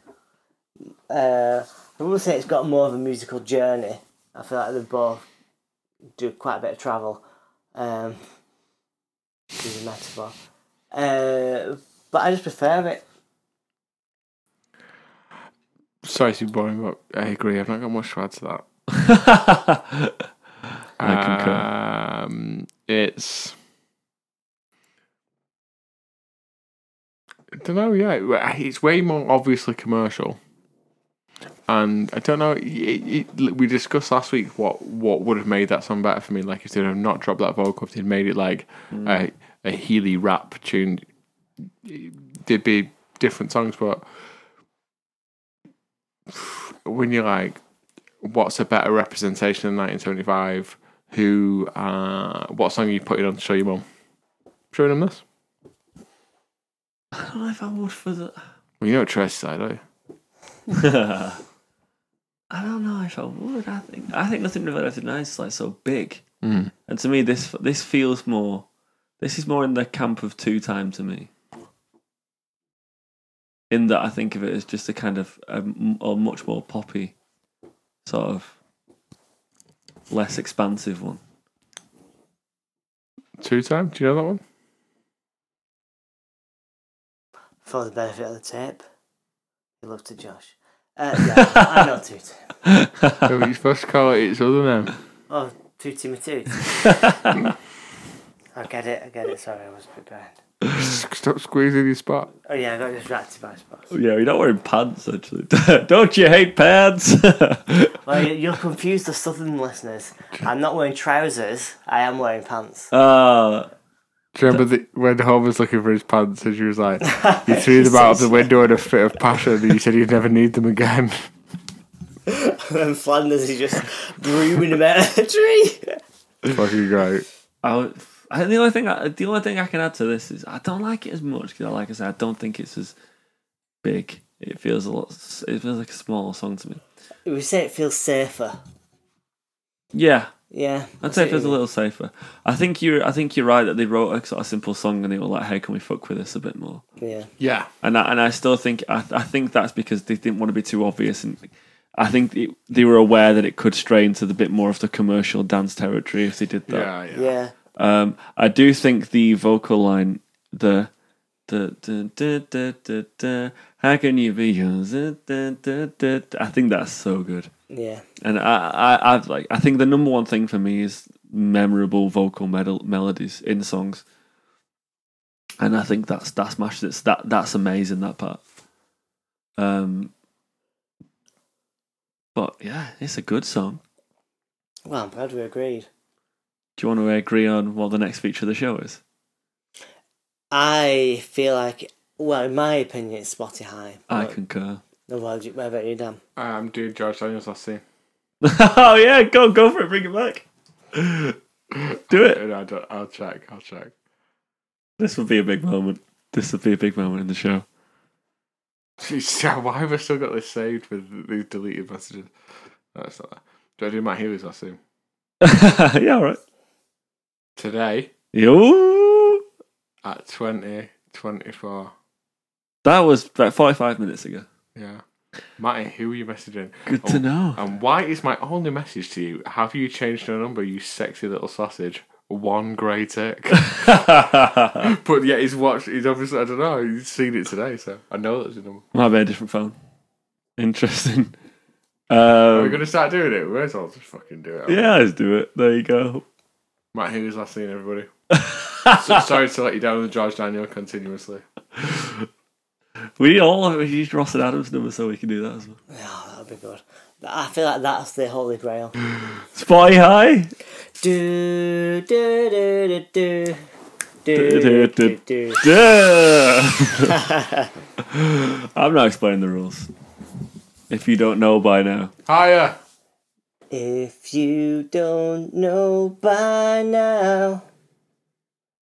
C: Uh, I would say it's got more of a musical journey. I feel like they both do quite a bit of travel. Um, to use a metaphor. Uh, but I just prefer it.
A: Sorry to be boring, but I agree. I've not got much to add to that.
B: I concur.
A: Um, it's. I don't know. Yeah, it- it's way more obviously commercial, and I don't know. It, it, we discussed last week what what would have made that song better for me. Like if they'd have not dropped that vocal, if they'd made it like
B: Hmm.
A: a a Healy rap tune, there'd be different songs. But when you're like what's a better representation of 1975? Who, uh, what song are you putting on to show your mum? Showing him this?
B: I don't know if I would for the.
A: Well, you know what Tracy said, don't you?
B: I don't know if I would. I think I think nothing revealed, everything denied is like so big,
A: Mm.
B: and to me this this feels more. This is more in the camp of two time to me. In that I think of it as just a kind of a, m- a much more poppy, sort of less expansive one.
A: Two time? Do you know that one?
C: For the benefit of the tape, you look to Josh. Uh, yeah, I know too.
A: Oh, you're supposed to call it its other name.
C: Oh, Tootie Matoot. I get it, I get it. Sorry, I was a bit behind.
A: Stop squeezing your spot.
C: Oh, yeah, I got distracted by spots.
B: yeah, you're not wearing pants actually. don't you hate pants?
C: Well, you- you'll confuse the southern listeners. I'm not wearing trousers, I am wearing pants.
B: uh,
A: Do you remember the, when Homer's looking for his pants and she was like, you threw them out of the window in a fit of passion and you said you'd never need them again?
C: and Flanders is just brooming about a tree.
A: Fucking great.
B: I, would- I the only thing I, the only thing I can add to this is I don't like it as much because, like I said, I don't think it's as big. It feels a lot. s- It feels like a small song to me.
C: We say it feels safer.
B: Yeah,
C: Yeah.
B: I'd say it feels a little safer. I think you're. I think you're right that they wrote a sort of simple song and they were like, "Hey, can we fuck with this a bit more?"
C: Yeah.
A: Yeah.
B: And I, and I still think I, I think that's because they didn't want to be too obvious and. I think it, they were aware that it could stray into the bit more of the commercial dance territory if they did that.
A: Yeah, yeah.
C: Yeah.
B: Um, I do think the vocal line, the the the the the the, the how can you be yours? Da, da, da, da, da. I think that's so good,
C: Yeah.
B: and I I I've like I think the number one thing for me is memorable vocal medal melodies in songs, and I think that's that smashes it. That that's amazing that part. Um, but yeah, it's a good song.
C: Well, I'm glad we agreed.
B: Do you want to agree on what the next feature of the show is?
C: I feel like, well, in my opinion, it's Spotty High.
B: I
C: But-
B: concur.
C: No, well, you- what about you, Dan?
A: I'm doing Um, George Daniels last scene.
B: oh yeah, go go for it, bring it back. Do it.
A: I don't, I'll check, I'll check.
B: This will be a big moment. This would be a big moment in the show.
A: Jeez, why have I still got this saved with these deleted messages? No, it's not that. Do I do my heroes last soon?
B: yeah, all right.
A: Today
B: Yo,
A: at twenty twenty four.
B: that was about forty-five minutes ago.
A: Yeah. Matty, who are you messaging?
B: Good
A: Oh,
B: to know.
A: And why is my only message to you, have you changed your number, you sexy little sausage? One grey tick. but yeah, he's watched, he's obviously, I don't know, he's seen it today, so I know that's his number.
B: Might be a different phone. Interesting.
A: We're
B: Um,
A: going to start doing it. We might as well just fucking do it.
B: yeah, let's do it. There you go.
A: Matt Hughes, last seen everybody. so, sorry to let you down with George Daniel continuously.
B: We all we used Ross and Adams' number so we can do that as well.
C: Oh, that would be good. I feel like that's the holy grail.
B: Spy High.
C: do, do, do, do, do. Do,
B: Do, do,
C: do,
B: do.
C: do, do.
B: Yeah. I'm not explaining the rules. If you don't know by now,
A: Hiya!
C: If you don't know by now,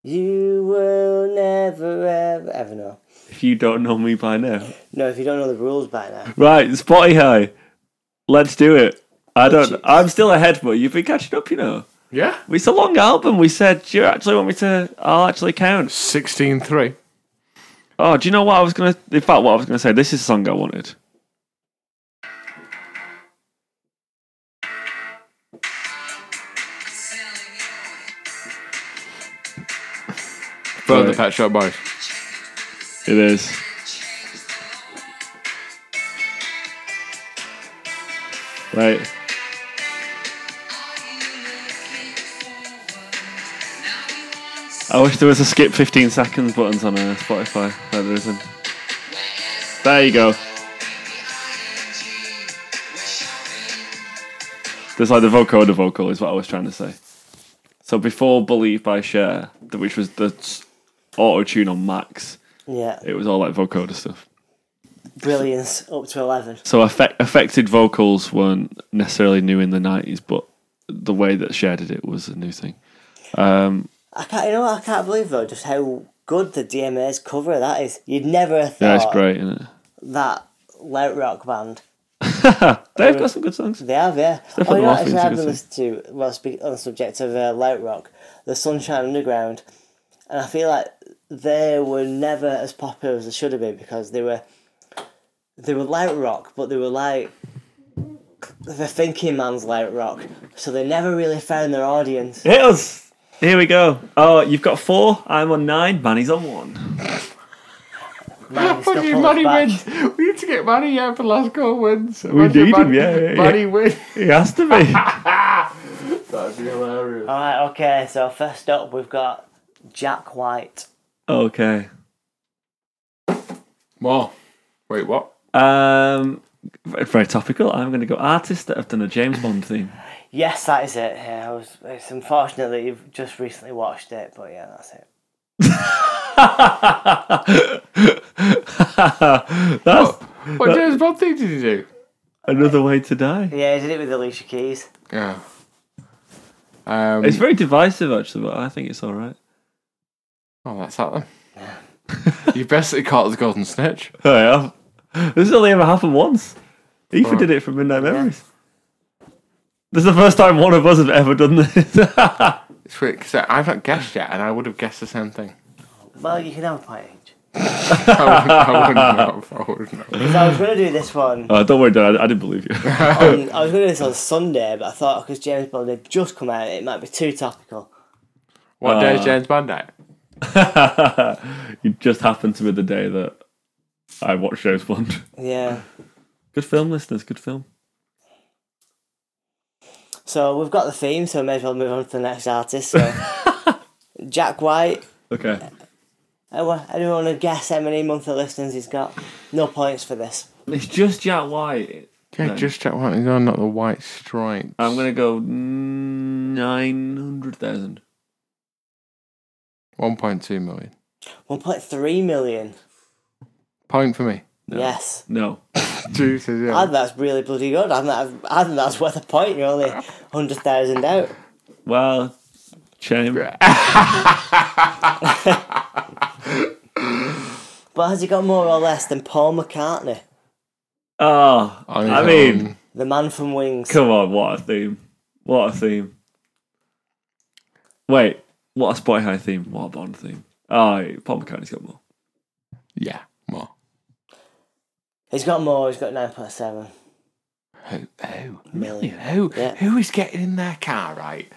C: you will never ever ever know.
B: if you don't know me by now,
C: No, if you don't know the rules by now.
B: right? Spotty High. Let's do it. I don't. I'm still ahead, but you've been catching up. You know,
A: Yeah?
B: it's a long album. We said do you actually want me to. I'll actually count.
A: 16 3.
B: Oh, do you know what I was gonna? In fact, what I was gonna say. This is a song I wanted.
A: From the
B: Right.
A: Pet Shop Boys.
B: It is. Right. I wish there was a skip 15 seconds buttons on uh, Spotify, but there isn't. There you go. There's like the vocoder vocal is what I was trying to say. So before Believe by Cher, th- which was the auto tune on Max,
C: Yeah,
B: it was all like vocoder stuff.
C: brilliance up to eleven.
B: So affect, affected vocals weren't necessarily new in the 90s, but the way that Cher did it was a new thing. Um,
C: I can't. You know what? I can't believe though just how good the DMA's cover of that is. You'd never have
B: yeah,
C: thought
B: it's great, isn't it?
C: that light rock band.
B: They've got some good songs.
C: They have, yeah.
B: definitely
C: oh, you know,
B: laughing, it's
C: actually,
B: a
C: I've
B: good
C: been listening to well, speak on the subject of uh, light rock, the Sunshine Underground, and I feel like they were never as popular as they should have been because they were they were light rock, but they were like the thinking man's light rock, so they never really found their audience.
B: Hit us! Here we go. Oh, you've got four. I'm on nine. Manny's on one.
C: Man, it's
A: Fucking
C: not
A: Manny
C: back.
A: wins. We need to get Manny yeah for last goal wins.
B: need him, yeah, yeah, yeah.
A: Manny wins.
B: It has to be.
A: That'd be hilarious.
C: All right, okay. So first up, we've got Jack White.
B: okay.
A: More. Wait, what?
B: Um, very topical. I'm going to go artists that have done a James Bond theme.
C: Yes, that is it. Yeah, I was, it's unfortunate that you've just recently watched it, but yeah, that's it.
B: That's
A: What James Bond thing did he do?
B: another way to die.
C: Yeah, he did it with Alicia Keys.
A: Yeah. Um,
B: It's very divisive, actually, but I think it's all right.
A: oh, that's that then. you basically caught the golden snitch.
B: I am. Oh, This has only ever happened once. Aoife
A: Right.
B: did it for Midnight Memories. This is the first time one of us have ever done this.
A: It's weird because I've not guessed yet, and I would have guessed the same thing.
C: Well, you can have a point each.
A: I wouldn't, I wouldn't know. I wouldn't know.
C: 'Cause I was going to do this one.
B: oh, don't worry, Dad. I, I didn't believe you.
C: on, I was going to do this on Sunday, but I thought because James Bond had just come out, it might be too topical.
A: What day is James Bond at?
B: it just happened to be the day that I watched James Bond.
C: Yeah.
B: Good film, listeners. Good film.
C: So we've got the theme, so may as well move on to the next artist. So Jack White. Uh,
B: Okay.
C: Anyone want to guess how many monthly listeners he's got? No points for this.
B: It's just Jack White.
A: Yeah, just check what he's on, not the white stripes.
B: I'm gonna go nine hundred thousand.
A: 1.2 million.
C: 1.3 million.
A: Point for me.
C: Yes.
B: No.
A: Two to zero.
C: I think that's really bloody good. I think, that, I think that's worth a point. You're only 100,000 out.
B: Well, shame.
C: Well, has he got more or less than Paul McCartney,
B: Oh,
A: On
B: I
A: his
B: mean,
A: own.
C: the man from Wings?
B: come on, what a theme. What a theme. Wait, what a Spotify theme. What a Bond theme. Oh, Paul McCartney's got more.
A: yeah, more.
C: He's got more. He's got nine point seven
A: Who? Who?
C: million.
A: Who?
C: Yeah.
A: Who is getting in their car right?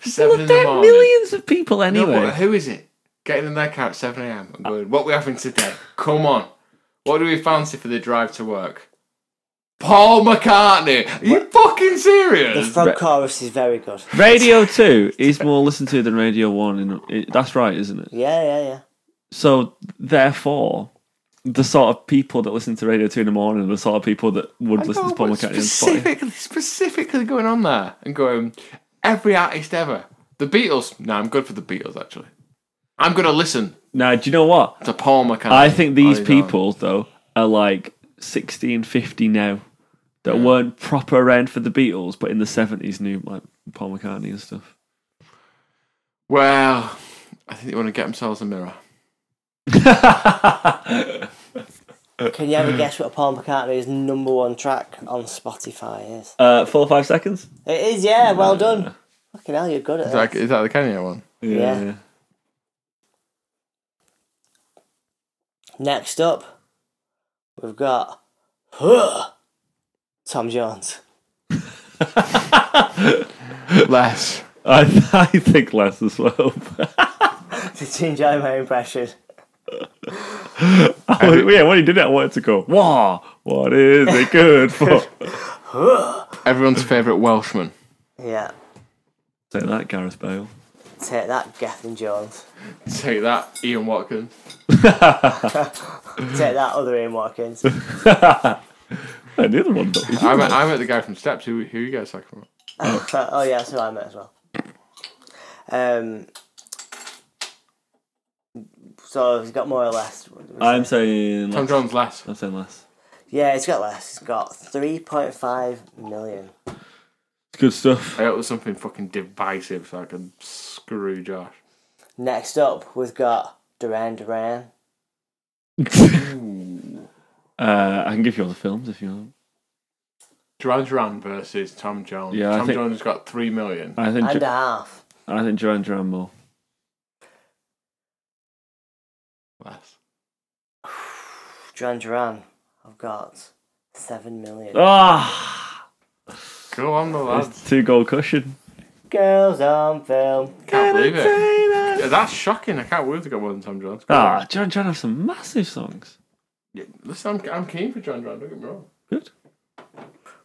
A: Seven in the morning.
B: millions of people
A: No,
B: anyway.
A: but who is it getting in their car at seven a.m.
C: Uh,
A: and going? What we having today? Come on. What do we fancy for the drive to work? Paul McCartney. Are you fucking
C: The
A: serious?
C: frog chorus is very good.
B: Radio 2 is more listened to than Radio 1. In, it, that's right, isn't it?
C: Yeah, yeah, yeah.
B: So, therefore, the sort of people that listen to Radio 2 in the morning are the sort of people that would listen to
A: No,
B: Paul
A: but
B: McCartney on Spotify.
A: specifically, specifically going on there and going every artist ever. The Beatles. No, I'm good for the Beatles actually. I'm gonna listen
B: Now, do you know what?
A: to Paul McCartney.
B: I think
A: on his
B: these
A: own.
B: people, though, are like 16, 50 now that weren't proper around for the Beatles, but in the 70s knew like Paul McCartney and stuff.
A: Well, I think they want to get themselves a mirror.
C: Can you ever guess what Paul McCartney's number one track on Spotify is?
B: Uh, four or five seconds?
C: It is, yeah. Well done. Fucking hell, you're good at
A: Is that,
C: this.
A: is that the Kenya one?
C: Yeah. Next up, we've got Tom Jones.
A: Less.
B: I, I think less as well.
C: Did you enjoy my impression?
B: yeah, when he did that, I wanted to go, Wah, what is it good for?
A: Everyone's favourite Welshman.
C: Yeah.
B: Say that, Gareth Bale.
C: Take that, Gethin Jones.
A: Take that, Ian Watkins.
C: Take that, other Ian Watkins.
B: And the other one, though.
A: I met, I met the guy from Steps. Who, who you guys talking about?
C: oh yeah, that's who I met as well. Um, so he's got more or less.
B: I'm saying
A: Tom
B: less.
A: Jones less.
B: I'm saying less.
C: Yeah, he's got less. He's got three point five million.
B: It's good stuff.
A: I hope there's something fucking divisive so I can screw Josh.
C: Next up, we've got Duran Duran.
B: Uh, I can give you all the films if you want.
A: Duran Duran versus Tom Jones.
B: Yeah, I
A: Tom
B: think-
A: Jones has got three million.
B: I think
C: And a
B: Ju-
C: half.
B: I think Duran Duran more.
A: Less.
C: Duran Duran, I've got seven million.
B: Ah,
A: Go on, the lads.
B: two goal cushion.
C: Girls on film.
A: Can't believe it. Yeah, that's shocking. I can't believe they got more than Tom Jones. Go
B: Ah,
A: on.
B: Duran Duran have some massive songs.
A: Yeah, Listen, I'm, I'm keen for Duran Duran. Don't get me wrong.
B: Good.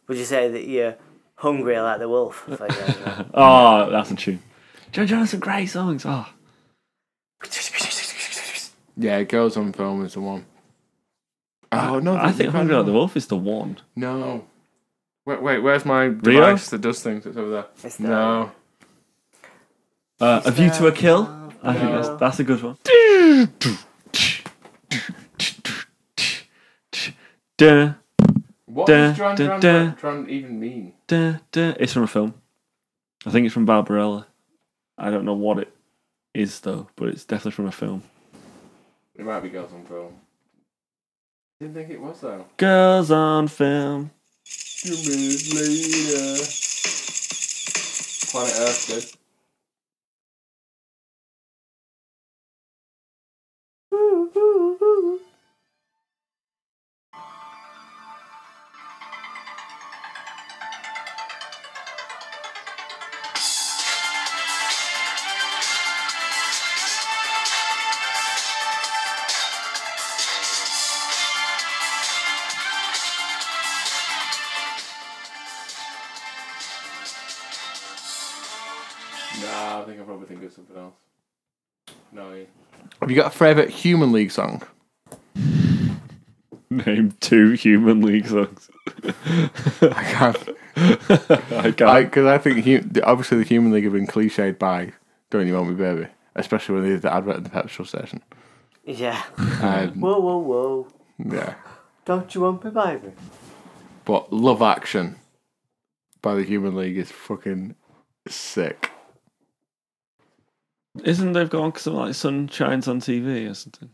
C: Would you say that you're hungry like the wolf? for Duran Duran?
B: Ah, that's a tune. Duran Duran have some great songs. Ah,
A: Yeah, Girls on Film is the one. Oh no,
B: I think Hungry Like the
A: Wolf.
B: Wolf is the one.
A: No. Wait, wait, where's my device that does things? It's over there.
C: It's there.
A: no.
B: Uh, a View to a Kill. I think that's that's a good one. Dun,
A: What
B: Duh,
A: does Duran
B: duh,
A: Duran,
B: duh.
A: Duran even mean?
B: dun, dun. It's from a film. I think it's from Barbarella. I don't know what it is though, but it's definitely from a film.
A: It might be Girls on Film. Didn't think it was though.
B: Girls on film.
A: Two minutes later. Planet Earth did. Nah, I think I probably think of something else. No. Ian. Have you got a favourite Human League song?
B: Name two Human League songs.
A: I can't.
B: I can't.
A: Because I, think hu- the- obviously the Human League have been cliched by "Don't You Want Me, Baby," especially when they did the advert at the petrol station.
C: Yeah.
A: Um,
C: Whoa, whoa, whoa.
A: yeah.
C: Don't you want me, baby?
A: But Love Action by the Human League is fucking sick.
B: Isn't they've gone because something like sun shines on TV or something?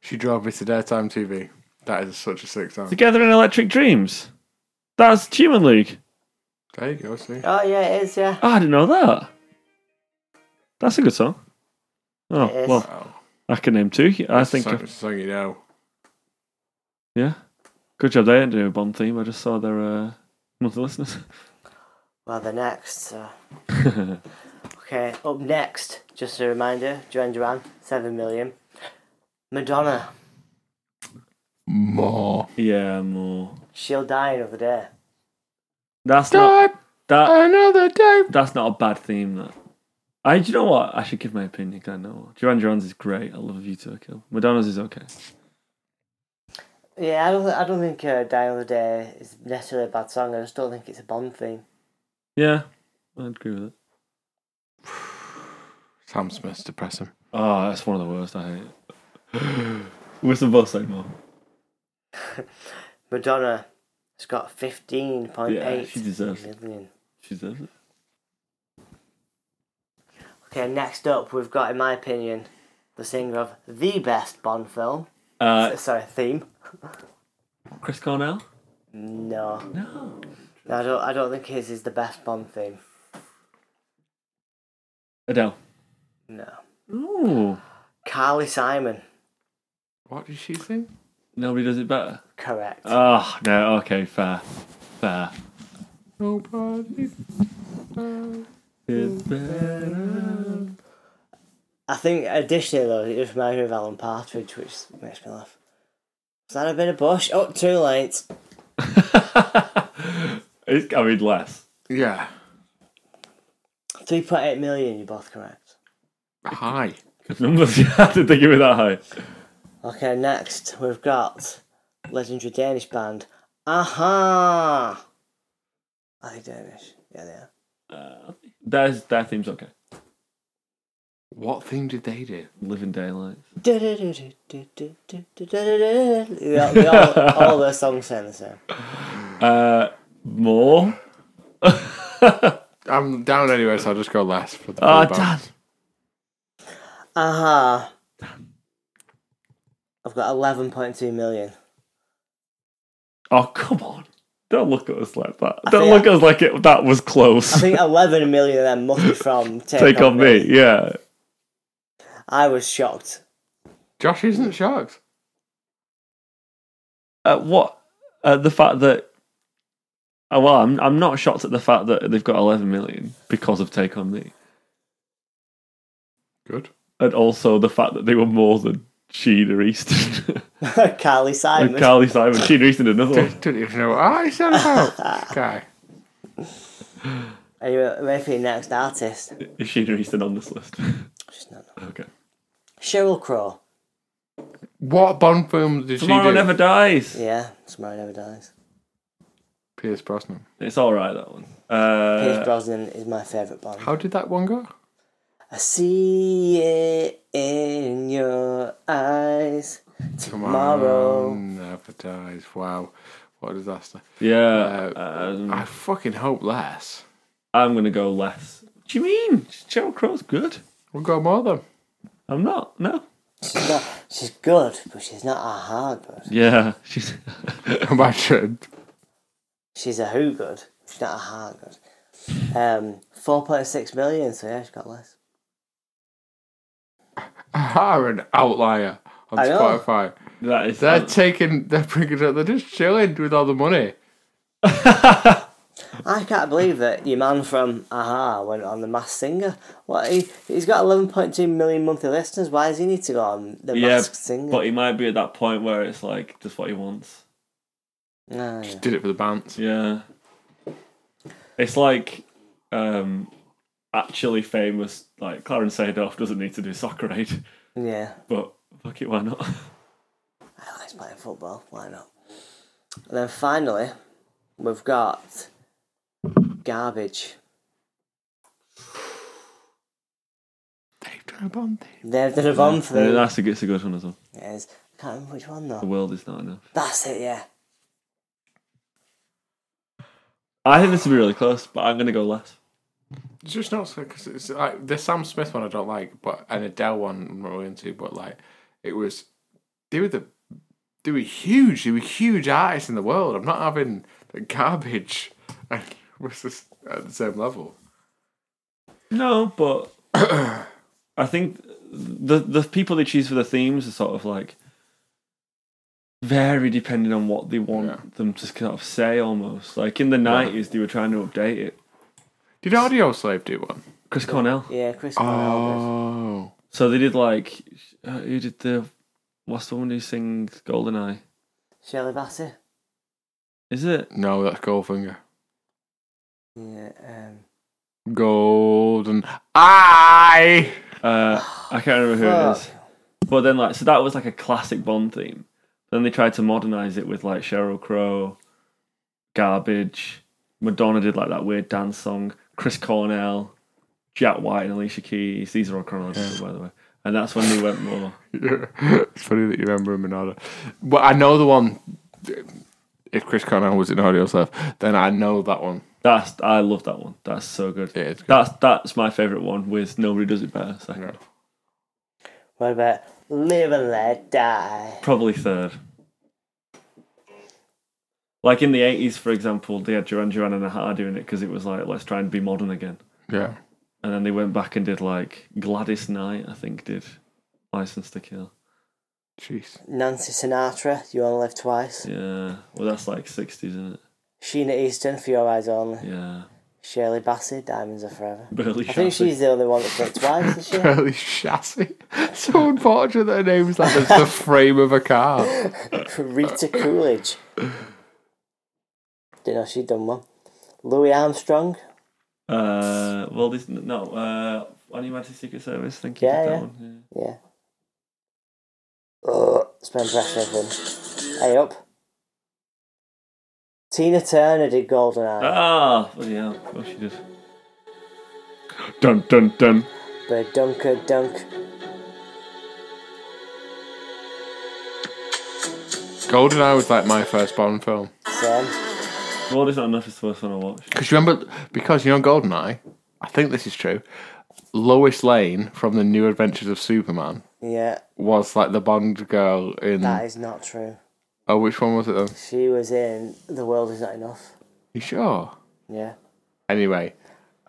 A: She drove me to daytime TV. That is such a sick song.
B: Together in Electric Dreams. That's Human League.
A: There you go, see.
C: Oh yeah, it is. Yeah.
B: Oh, I didn't know that. That's a good song. Oh
C: It is.
B: well,
A: Wow.
B: I can name two. I
A: That's a
B: think
A: song, it's a song you know.
B: yeah. Good job. They didn't do a Bond theme. I just saw their uh, monthly listeners.
C: Well, the next. So. okay, up next, just a reminder: Duran Duran, seven million. Madonna,
A: More.
B: yeah, more.
C: she'll die another day.
B: That's not that.
A: another day.
B: That's not a bad theme. That. I. Do you know what? I should give my opinion. 'cause I know Duran Duran's is great. I love You to Kill. Madonna's is okay.
C: Yeah, I don't. I don't think uh, "Die Another Day" is necessarily a bad song. I just don't think it's a Bond thing.
B: Yeah, I'd agree with it.
A: Sam Smith's depressing.
B: Oh, that's one of the worst. I hate it. Whistle boss like more.
C: Madonna has got fifteen point eight million.
B: Yeah, she deserves it. She deserves it.
C: Okay, next up, we've got, in my opinion, the singer of the best Bond film.
B: Uh,
C: Sorry, theme.
B: Chris Cornell.
C: No,
B: No.
C: no, I don't. I don't think his is the best Bond theme.
B: Adele.
C: No,
B: Ooh.
C: Carly Simon.
A: What did she sing?
B: Nobody does it better.
C: Correct.
B: Oh no. Okay. Fair. Fair.
A: Nobody.
B: It's better.
C: I think additionally though, it just reminds me of Alan Partridge, which makes me laugh. Is that a bit of bush? Oh, too late.
B: It's, I mean, less.
A: Yeah.
C: Three point eight million. You're both correct.
A: Hi.
B: Good numbers. Yeah, I didn't think it was that high.
C: Okay, next we've got legendary Danish band. Aha! Are they Danish? Yeah, they are.
B: That's that theme's okay.
A: What thing did they do?
B: Living daylight.
C: They all, they all, all their songs sound the same.
B: Uh, more.
A: I'm down anyway, so I'll just go last for the
B: Ah,
A: full
B: damn.
A: bounce.
C: Aha. I've got 11.2 million.
B: Oh come on! Don't look at us like that.
C: I
B: Don't
C: think
B: look at us like it. That was
C: I
B: close.
C: think 11 million of them must be from Take,
B: Take on me. Yeah.
C: I was shocked.
A: Josh isn't shocked.
B: at what at the fact that oh, well I'm I'm not shocked at the fact that they've got 11 million because of Take on Me
A: Good.
B: and also the fact that they were more than Sheena Easton
C: Carly
B: and
C: Simon.
B: Carly Simon Sheena Easton another one
A: Don't don't even know what I said about. Guy.
C: Are you ready for your next artist?
B: is Sheena Easton on this list
C: She's not.
B: okay
C: Cheryl Crow.
A: What Bond film did she
B: Tomorrow
A: do?
B: Never Dies
C: Yeah, Tomorrow Never Dies.
A: Pierce Brosnan.
B: it's alright that one
C: Pierce
B: uh,
C: Brosnan is my favourite Bond.
A: How did that one go?
C: I see it in your eyes. Tomorrow.
A: Never dies. Wow. What a disaster.
B: yeah
A: Uh,
B: um,
A: I fucking hope less.
B: I'm gonna go less what do you mean Cheryl Crow's good
A: We'll go more then.
B: I'm not no
C: She's, not, she's good, but she's not a hard good.
B: yeah she's
A: Imagine.
C: She's a who good. She's not a hard good. Um, 4.6 million, so yeah, she's got less.
A: Are an outlier on
C: I know.
A: Spotify.
B: that is
A: They're taking, they're bringing up, they're just chilling with all the money.
C: I can't believe that your man from Aha went on The Masked Singer. What he, He's got 11.2 million monthly listeners. Why does he need to go on The
B: yeah,
C: Masked Singer?
B: but he might be at that point where it's like just what he wants.
C: Ah, yeah.
A: Did it for the bounce.
B: Yeah, it's like um actually famous like Clarence Seedorf doesn't need to do soccer aid,
C: yeah,
B: but fuck it, why not?
C: I like playing football. Why not? And then finally, we've got Garbage.
A: They've done a Bond thing.
C: They've done a bomb for
B: Yeah,
C: them.
B: that's a good, it's a good one as well.
C: Yes. I can't remember which one
B: The
C: though.
B: world is not enough.
C: That's it, yeah.
B: I think this would be really close, but I'm gonna go less.
A: It's just not because it's like the Sam Smith one I don't like, but an Adele one I'm not really into. But like, it was they were the they were huge. They were huge artists in the world. I'm not having the garbage. And was this at the same level?
B: No, but I think the the people they choose for the themes are sort of like vary depending on what they want
A: Yeah.
B: them to kind of say. Almost like in the nineties, they were trying to update it.
A: Did Audio Slave do one?
B: Chris Cornell.
C: Yeah, Chris Cornell.
A: Oh,
B: So they did like uh, who did the what's the woman who sings Goldeneye?
C: did. Shirley Bassey.
B: Is it?
A: no, that's Goldfinger.
C: Yeah. Um,
A: Golden Eye.
B: Uh, I can't remember who it is.
C: fuck.
B: But then like so that was like a classic Bond theme. Then they tried to modernize it with like Cheryl Crow, Garbage. Madonna did like that weird dance song. Chris Cornell, Jack White, and Alicia Keys. These are all chronological, by the way. And that's when they went more.
A: Yeah. It's funny that you remember him in order. But I know the one. If Chris Cornell was in Audio Slave, then I know that one.
B: That's I love that one. That's so good.
A: Yeah, it's good.
B: That's that's my favorite one. With nobody does it better. Second,
A: Yeah.
C: What about Live and Let Die?
B: probably third. Like in the eighties, for example, they had Duran Duran and Aha doing it because it was like let's try and be modern again.
A: Yeah.
B: And then they went back and did like Gladys Knight, I think, did License to Kill.
A: Jeez.
C: Nancy Sinatra, You Only Live Twice.
B: Yeah. Well, that's like 60s, isn't it?
C: Sheena Easton, For Your Eyes Only.
B: Yeah.
C: Shirley Bassey, Diamonds Are Forever.
B: Burley
C: I think
B: Shapley.
C: she's the only one that's done it twice, is she?
A: Curly chassis. So unfortunate that her name's like the frame of a car.
C: Rita Coolidge. Didn't know she'd done one. Louis Armstrong.
B: Uh, well, this, no. Uh, on Your Majesty's Secret Service, I think you
C: Yeah,
B: did that
C: yeah.
B: one.
C: Yeah. Ugh, it's my impression of him. Hey up. Tina Turner did
B: Yeah.
C: Goldeneye.
B: Ah, bloody hell. Of course she did. Dun dun dun.
C: But Dunker Dunk.
A: Goldeneye was like my first Bond film.
C: Same.
B: Well, it's not enough. It's the first one I watched.
A: Because remember, because you know Goldeneye, I think this is true. Lois Lane from the New Adventures of Superman
C: Yeah,
A: was like the Bond girl in.
C: that is not true.
A: Oh, which one was it then?
C: She was in The World Is Not Enough.
A: You sure?
C: Yeah.
A: Anyway,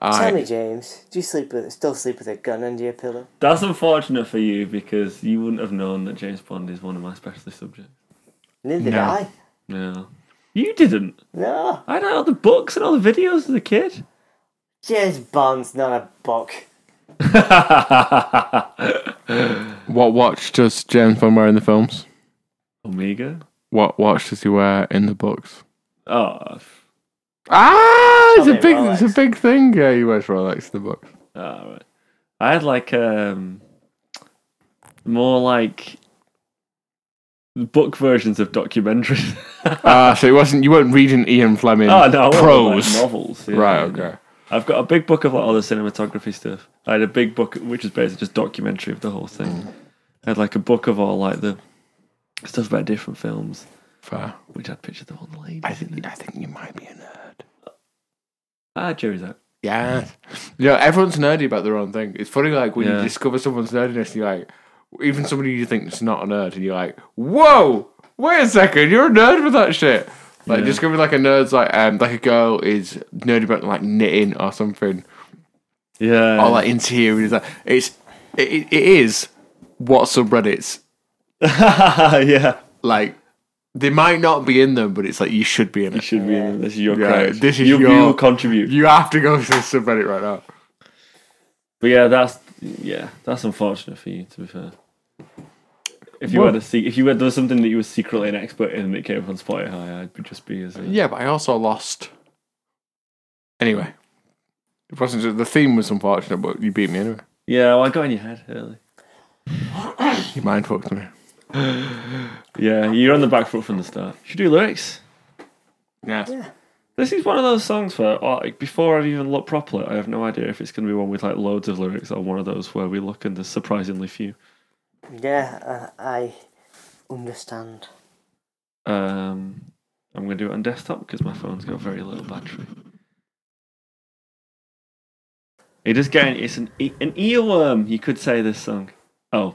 C: Tell me,
A: I
C: James, do you sleep with still sleep with a gun under your pillow?
B: That's unfortunate for you because you wouldn't have known that James Bond is one of my specialist subjects.
C: Neither did
A: No.
C: I.
B: No. You didn't.
C: No.
B: I had all the books and all the videos as a kid.
C: James Bond's not a buck.
A: what watch does James Bond wear in the films?
B: Omega.
A: What watch does he wear in the books?
B: Oh, f-
A: Ah, it's a
C: Probably
A: big, it's a
C: Rolex.
A: big thing. Yeah, he wears Rolex in the books.
B: ah, right. I had like um, more like book versions of documentaries.
A: Ah, so it wasn't. You weren't reading Ian Fleming.
B: oh no, I wanted,
A: prose.
B: like, novels. yeah,
A: right.
B: yeah.
A: Okay.
B: I've got a big book of like, all the cinematography stuff. I had a big book which is basically just documentary of the whole thing. I had like a book of all like the stuff about different films,
A: Fair.
B: which had pictures of all the ladies.
A: I
B: in
A: think.
B: it.
A: I think you might be a nerd.
B: Ah, Jerry's out.
A: Yeah. You know, everyone's nerdy about their own thing. It's funny, like when
B: Yeah.
A: you discover someone's nerdiness, you're like, even somebody you think is not a nerd, and you're like, whoa, wait a second, you're a nerd with that shit. Like
B: Yeah.
A: discovering like a nerd's like um like a girl is nerdy about like knitting or something
B: Yeah.
A: or like interior design. It's it, it- it is what subreddits
B: yeah.
A: like they might not be in them, but it's like you should be in it.
B: Should be. in- This is your.
A: Yeah,
B: crowd.
A: this is
B: you,
A: your-
B: You contribute.
A: You have to go to the subreddit right now.
B: But yeah, that's yeah, that's unfortunate for you. To be fair, if you
A: Well-
B: had a se- if you had there was something that you were secretly an expert in and it came up on Spotify, I'd be just be as a,
A: Yeah, but I also lost. Anyway, it wasn't just, the theme was unfortunate, but you beat me anyway.
B: yeah. Well, I got in your head early.
A: You mind fucked me.
B: Yeah, you're on the back foot from the start. Should do lyrics.
A: Yes.
B: This is one of those songs where oh, like, before I've even looked properly, I have no idea if it's going to be one with like loads of lyrics or one of those where we look and there's surprisingly few.
C: Yeah, uh, I, I understand.
B: Um, I'm going to do it on desktop because my phone's got very little battery. It is getting it's an e- an earworm. You could say this song. Oh,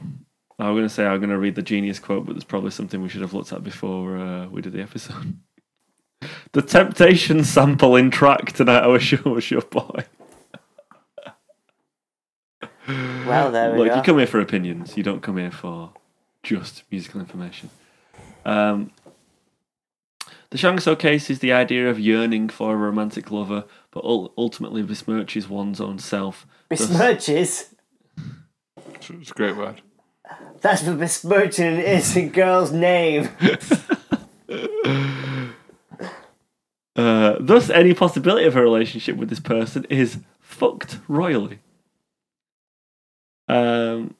B: I was going to say I'm going to read the genius quote, but there's probably something we should have looked at before uh, we did the episode. the temptation sample in track tonight. I wish you was your boy.
C: Well, there we
B: Look,
C: go.
B: you come here for opinions. You don't come here for just musical information. Um, the song showcases the idea of yearning for a romantic lover, but ul- ultimately besmirches one's own self. Thus-
C: Besmirches.
A: It's, it's a great word.
C: That's what besmirching an innocent girl's name.
B: Uh, thus, any possibility of a relationship with this person is fucked royally. Um,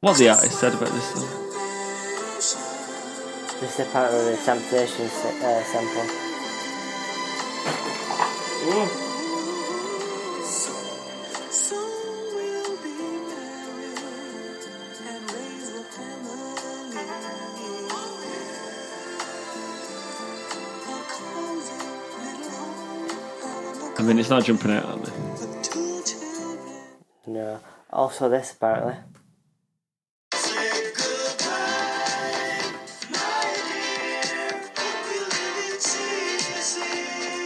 B: what the artist said about this song?
C: This is apparently the temptation s- uh, sample.
B: I mean, it's not jumping out at me.
C: No. Also, this apparently.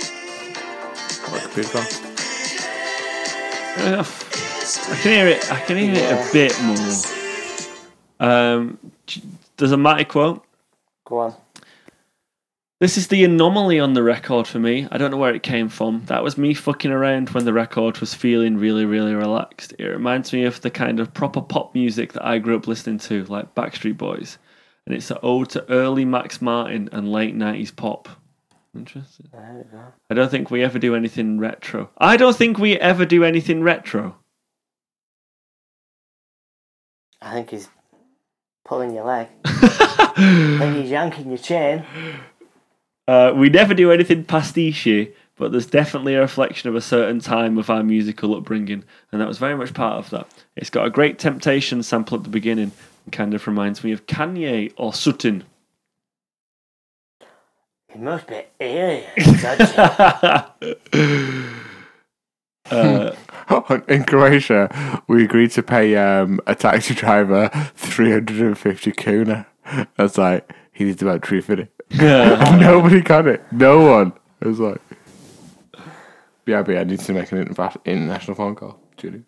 A: That could be fun.
B: Uh, I can hear it. I can hear it a bit more. Um, j- there's a Matty quote.
C: Go on.
B: This is the anomaly on the record for me. I don't know where it came from. That was me fucking around when the record was feeling really, really relaxed. It reminds me of the kind of proper pop music that I grew up listening to, like Backstreet Boys. And it's an ode to early Max Martin and late 90s pop. Interesting. I don't think we ever do anything retro. I don't think we ever do anything retro.
C: I think he's pulling your leg. I think he's yanking your chain.
B: Uh, we never do anything pastiche, but there's definitely a reflection of a certain time of our musical upbringing, and that was very much part of that. It's got a great temptation sample at the beginning, and kind of reminds me of Kanye or Sutton.
C: He must be alien. judge him.
A: In Croatia, we agreed to pay um, a taxi driver 350 kuna. That's like, he needs about 350. Nobody got it. No one. I was like, yeah, but I need to make an interva- international phone call, Julie.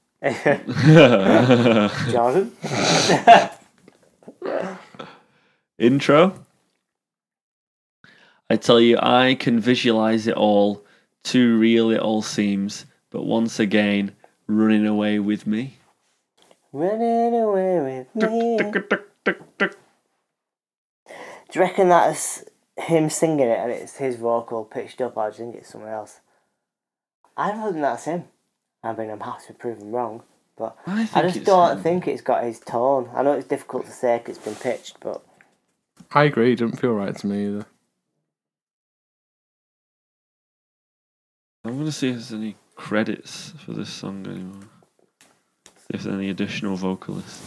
C: Jordan.
B: intro. I tell you, I can visualize it all. Too real it all seems, but once again, running away with me.
C: Running away with me. Do you reckon that's him singing it and it's his vocal pitched up, or do you think it's someone else? I don't think that's him. I mean, I'm happy to prove him wrong, but
B: I
C: I,
B: think
C: just
B: it's
C: don't
B: him.
C: think it's got his tone. I know it's difficult to say 'cause it's been pitched, but
A: I agree. It didn't feel right to me either.
B: I'm gonna see if there's any credits for this song anymore. See if there's any additional vocalists.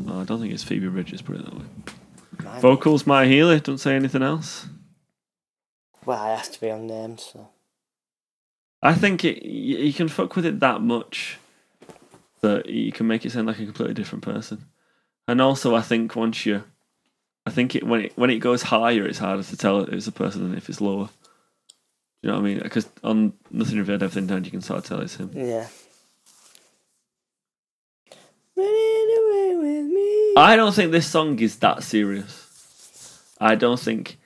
B: No, I don't think it's Phoebe Bridges, put it that way. Vocals, my healer, don't say anything else.
C: well, I has to be unnamed, so.
B: I think it, y- you can fuck with it that much that you can make it sound like a completely different person. And also, I think once you, I think it when it when it goes higher, it's harder to tell if it's a person than if it's lower. Do you know what I mean? Because on Nothing Revealed, Everything Down, you can sort of tell it's him.
C: Yeah. Running away with me.
B: I don't think this song is that serious. I don't think.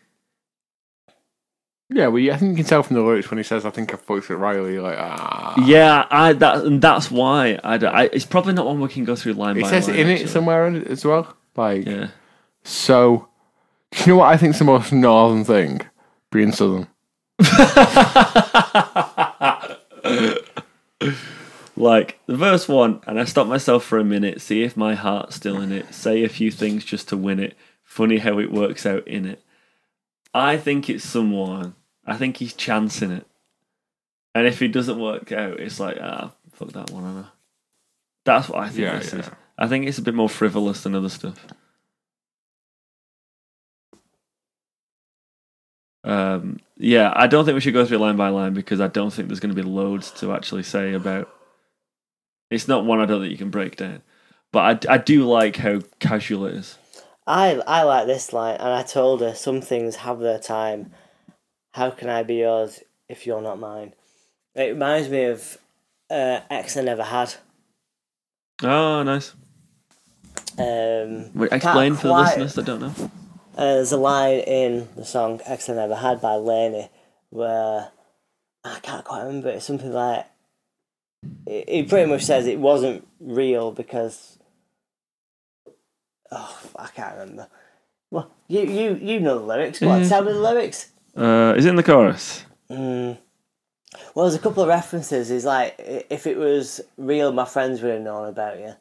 A: Yeah, well, I think you can tell from the lyrics when he says, I think I fucked it Riley. Like, ah.
B: Yeah, I that and that's why I, d- I- It's probably not one we can go through line
A: It
B: by
A: says
B: line.
A: in it
B: actually.
A: somewhere in it as well. Like,
B: Yeah,
A: so. Do you know what I think's the most northern thing? Being southern.
B: like the verse one, and I stop myself for a minute, see if my heart's still in it, say a few things just to win it. Funny how it works out in it. I think it's someone. I think he's chancing it, and if it doesn't work out, it's like ah, fuck that one, Anna. That's what I think
A: Yeah,
B: this
A: yeah.
B: is. I think it's a bit more frivolous than other stuff. Um, yeah, I don't think we should go through line by line because I don't think there's going to be loads to actually say about It's not one I don't think you can break down. But I, I do like how casual it is.
C: I I like this line, and I told her some things have their time. How can I be yours if you're not mine? It reminds me of uh, ex I never had.
B: Oh, nice.
C: Um,
B: Wait,
C: I can't
B: explain for the
C: quite-
B: listeners that don't know.
C: Uh, there's a line in the song Ex I Never Had by Laney where I can't quite remember. It's something like it, it pretty much says it wasn't real because oh I can't remember. Well, you you you know the lyrics. What?
B: Yeah.
C: Tell me the lyrics.
B: Uh, is it in the chorus?
C: Mm. Well, there's a couple of references. Is like i- if it was real, my friends would have known about you.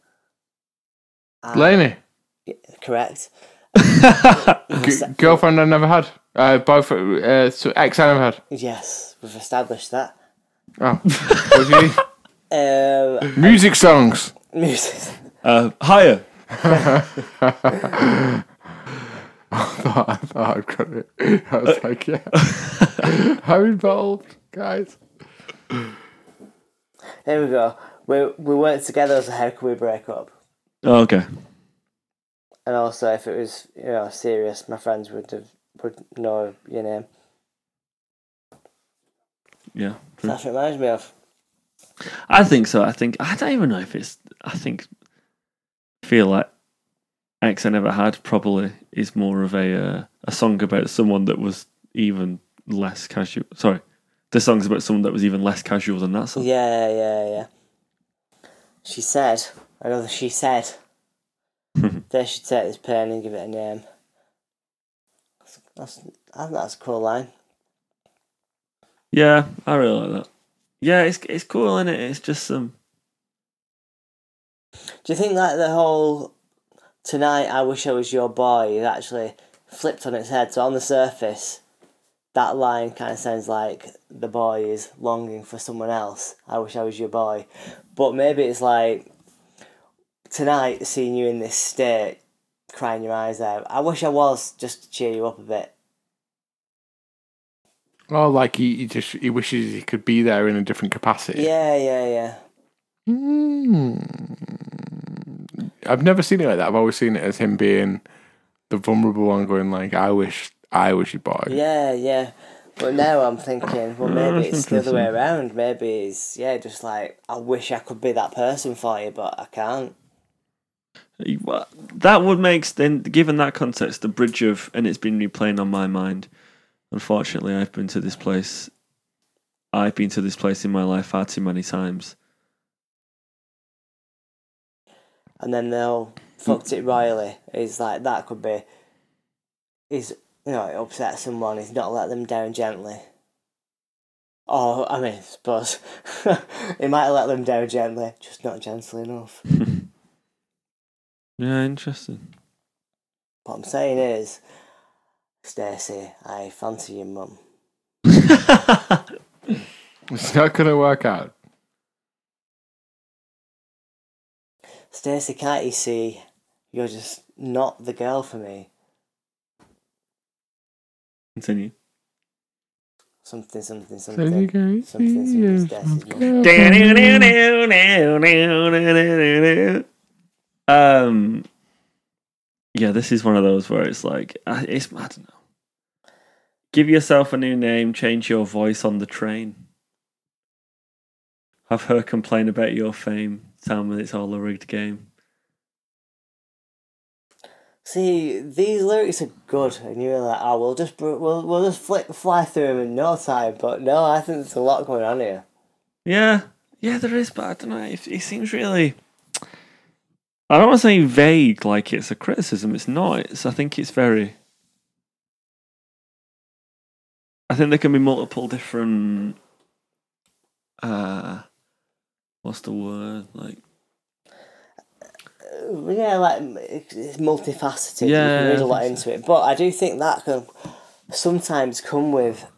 B: Uh,
C: And-
A: Laney,
C: correct.
A: g- girlfriend I never had. Uh, both uh, so ex I never had.
C: Yes, we've established that.
A: Oh, what do you mean?
C: Um,
A: music songs.
C: music.
B: Uh, higher.
A: I thought I thought I got it. I
C: Uh,
A: was like, yeah, I'm involved, guys.
C: Here we go. We we weren't together, so how can we break up?
B: Oh, okay.
C: And also, if it was you know serious, my friends would have would know your name.
B: Yeah. true.
C: That's what it reminds me of.
B: I think so. I think I don't even know if it's. I think feel like X I never had probably is more of a uh, a song about someone that was even less casual. Sorry, this song's about someone that was even less casual than that song.
C: Yeah, yeah, yeah. She said, I know that she said, they should take this pen and give it a name. That's, I think that's a cool line.
B: Yeah, I really like that. Yeah, it's it's cool and it? it's just some.
C: Do you think that the whole tonight I wish I was your boy is actually flipped on its head? So on the surface, that line kind of sounds like the boy is longing for someone else. I wish I was your boy, but maybe it's like tonight seeing you in this state, crying your eyes out. I wish I was just to cheer you up a bit.
A: Oh, like he, he just he wishes he could be there in a different capacity.
C: Yeah, yeah, yeah.
A: Mm. I've never seen it like that. I've always seen it as him being the vulnerable one, going like, "I wish, I wish you boy."
C: Yeah, yeah. But now I'm thinking, well, maybe
B: that's
C: it's the other way around. Maybe it's, yeah, just like, I wish I could be that person for you, but I can't.
B: That would make then given that context, the bridge of and it's been replaying on my mind. Unfortunately, I've been to this place. I've been to this place in my life far too many times.
C: And then they'll fucked it royally. It's like, that could be, is, you know, it upset someone, he's not let them down gently. Oh, I mean, I suppose he might have let them down gently, just not gently enough.
B: Yeah, interesting.
C: What I'm saying is, Stacey, I fancy your mum.
A: It's not gonna work out.
C: Stacey, can't you see? You're just not the girl for me.
B: Continue.
C: Something, something,
A: So you
C: something.
A: can
C: Something,
A: see
C: something,
A: yourself.
C: Stacey's mum.
B: Um, yeah, this is one of those where it's like, I- it's I don't know. Give yourself a new name. Change your voice on the train. Have her complain about your fame. Tell me it's all a rigged game.
C: See, these lyrics are good, and you were like, oh, we'll just, br- we'll, we'll just flick, fly through them in no time, but no, I think there's a lot going on here.
B: Yeah, yeah, there is, but I don't know. It, it seems really. I don't want to say vague, like it's a criticism. It's not. It's. I think it's very. I think there can be multiple different. Uh, what's the word like?
C: Uh, Yeah, like, it's it's multifaceted, you
B: Yeah,
C: can read
B: I
C: a lot
B: think
C: into it, but I do think that can sometimes come with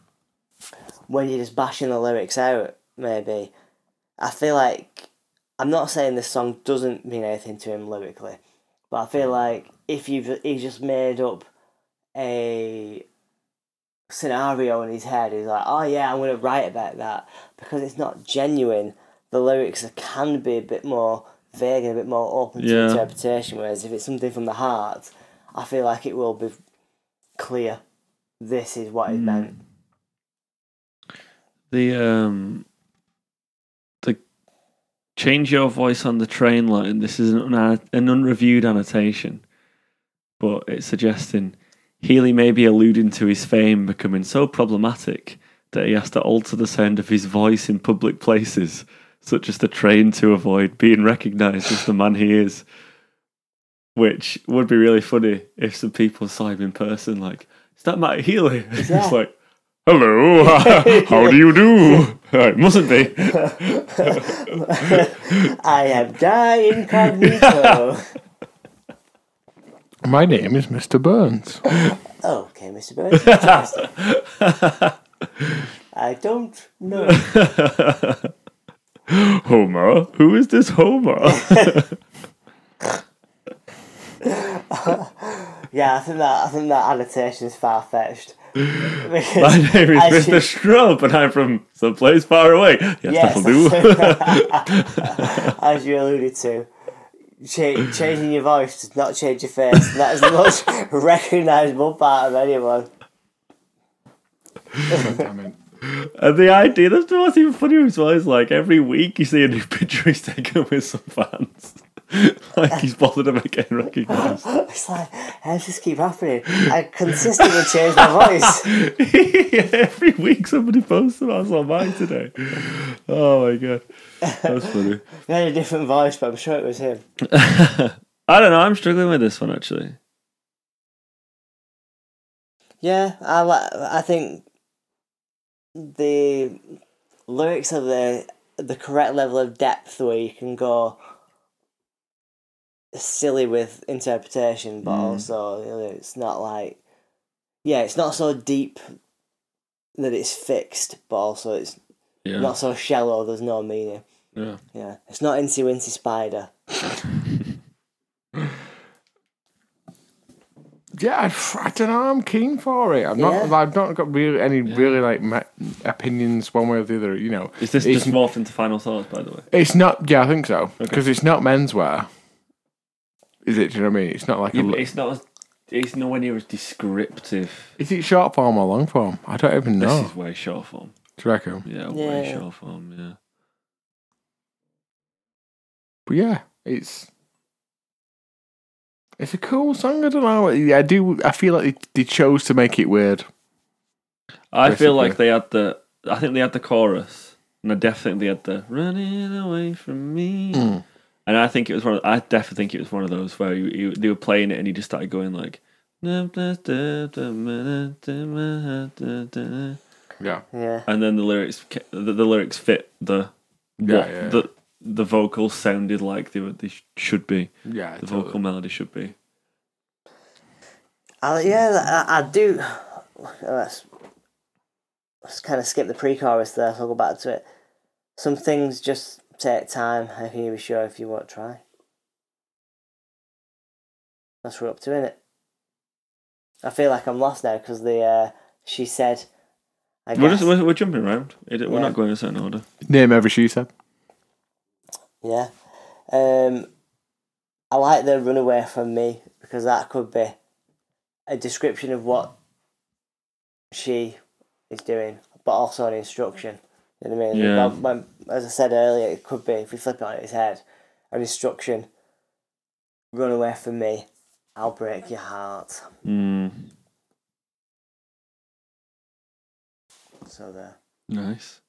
C: when you're just bashing the lyrics out, maybe. I feel like I'm not saying this song doesn't mean anything to him lyrically, but I feel like if you've he's just made up a scenario in his head, he's like, oh yeah, I'm gonna write about that because it's not genuine. the lyrics can be a bit more vague and a bit more open to
B: Yeah.
C: interpretation. Whereas if it's something from the heart, I feel like it will be clear. This is what it meant.
B: The um the change your voice on the train line. This is an, un- an unreviewed annotation, but it's suggesting Healy may be alluding to his fame becoming so problematic that he has to alter the sound of his voice in public places, such as the train, to avoid being recognised as the man he is. Which would be really funny if some people saw him in person, like, is that Matt Healy?
C: Yeah.
B: it's like, hello, how do you do? it mustn't be.
C: I am Guy Incognito.
A: My name is Mr. Burns.
C: oh, okay, Mr. Burns. Interesting. I don't know.
B: Homer? Who is this Homer?
C: Yeah, I think that I think that annotation is far fetched.
B: My name is
C: I
B: Mr.
C: see.
B: Scrub, and I'm from someplace far away. Yes,
C: Yes,
B: that'll do.
C: as you alluded to, cha- changing your voice does not change your face. That is the most recognisable part of anyone.
A: Damn it.
B: And the idea, that's what's even funnier as well, is like every week you see a new picture he's taken with some fans. like he's bothered about getting recognised.
C: It's like, how does this keep happening? I consistently change my voice.
B: every week somebody posts about us on mine today. Oh my god. That's funny.
C: We had a different voice, but I'm sure it was him.
B: I don't know, I'm struggling with this one actually.
C: Yeah, I like. I think the lyrics are the the correct level of depth where you can go silly with interpretation, but also you know, it's not like yeah, it's not so deep that it's fixed, but also it's
B: Yeah.
C: not so shallow. There's no meaning.
B: yeah.
C: Yeah, it's not Incy Wincy Spider.
A: Yeah, I, don't know. I'm keen for it. I'm not.
C: Yeah.
A: I've not got really any really like ma- opinions one way or the other. You know,
B: Is this
A: it's,
B: just morphed into final thoughts, by the way?
A: it's not. Yeah, I think so because it's not menswear. Is it? Do you know what I mean? It's not like a.
B: Yeah,
A: lo-
B: but it's not as it's nowhere near as descriptive.
A: Is it short form or long form? I don't even
B: This
A: know.
B: is way short form.
A: Do you reckon?
B: Yeah, way
C: Yeah.
B: short form, yeah.
A: But yeah, it's it's a cool song. I don't know. I do. I feel like they, they chose to make it weird.
B: I feel like
A: Basically.
B: they had the. I think they had the chorus, and I definitely had the running away from me.
A: Mm.
B: And I think it was one. Of, I definitely think it was one of those where you, you, they were playing it, and he just started going like. And
A: Yeah,
C: Yeah,
B: then the lyrics, ca- the, the lyrics fit the
A: Yeah,
B: what
A: yeah.
B: the the vocals sounded like they were, they sh- should be.
A: yeah.
B: The vocal melody should be.
C: I, yeah, I, I do. oh, Let's, let's kind of skip the pre-chorus there, so I'll go back to it. Some things just take time. How can you be sure if you won't try? That's what we're up to, innit? I feel like I'm lost now because the uh, she said. I
B: We're
C: guess.
B: just we're, we're jumping around. It, We're
C: Yeah.
B: not going in a certain order.
A: Name every she said.
C: Yeah. Um, I like the runaway from me because that could be a description of what she is doing, but also an instruction. You know what I mean?
B: Yeah.
C: When- when- as I said earlier, it could be, if we flip it on its head, an instruction run away from me, I'll break your heart.
B: Mm.
C: So there.
B: Nice.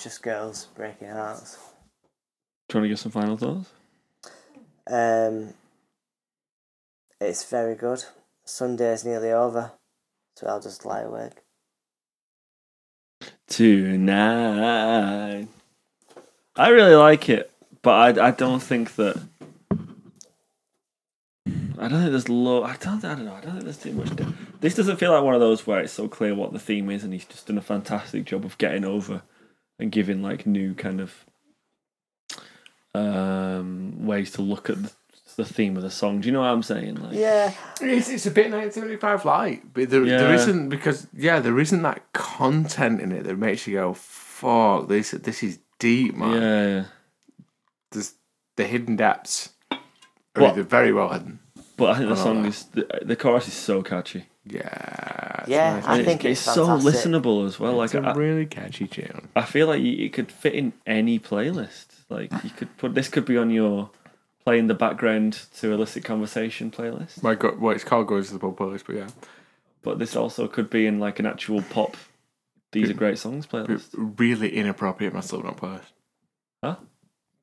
C: Just girls breaking hearts.
B: Do you want to give some final thoughts?
C: Um, it's very good. Sunday's nearly over, so I'll just lie awake.
B: Tonight. I really like it, but I, I don't think that. I don't think there's low. I don't. I don't know. I don't think there's too much. de- This doesn't feel like one of those where it's so clear what the theme is, and he's just done a fantastic job of getting over and giving like new kind of um ways to look at the, the theme of the song. Do you know what I'm saying? Like,
C: Yeah,
A: It's, it's a bit 1975 light, but there, there
B: Yeah.
A: isn't because yeah, there isn't that content in it that makes you go, "Fuck this! This is deep, man.
B: Yeah, yeah.
A: There's the hidden depths are
B: What?
A: either very well hidden.
B: But I think the
A: I like
B: song
A: that.
B: is the, the chorus is so catchy.
A: Yeah. it's
C: Yeah,
A: nice.
C: I
B: And
C: think
B: it's,
C: it's,
B: so
C: fantastic.
B: listenable as well.
A: it's
B: Like
A: a
B: I,
A: really catchy tune.
B: I feel like you- it could fit in any playlist. Like you could put this could be on your play in the background to illicit conversation playlist.
A: My God, well, it's called Goes to the Pub Playlist, but yeah.
B: But this also could be in like an actual pop. These are great songs
A: It'd
B: playlist.
A: be really inappropriate in my Slipknot playlist.
B: Huh?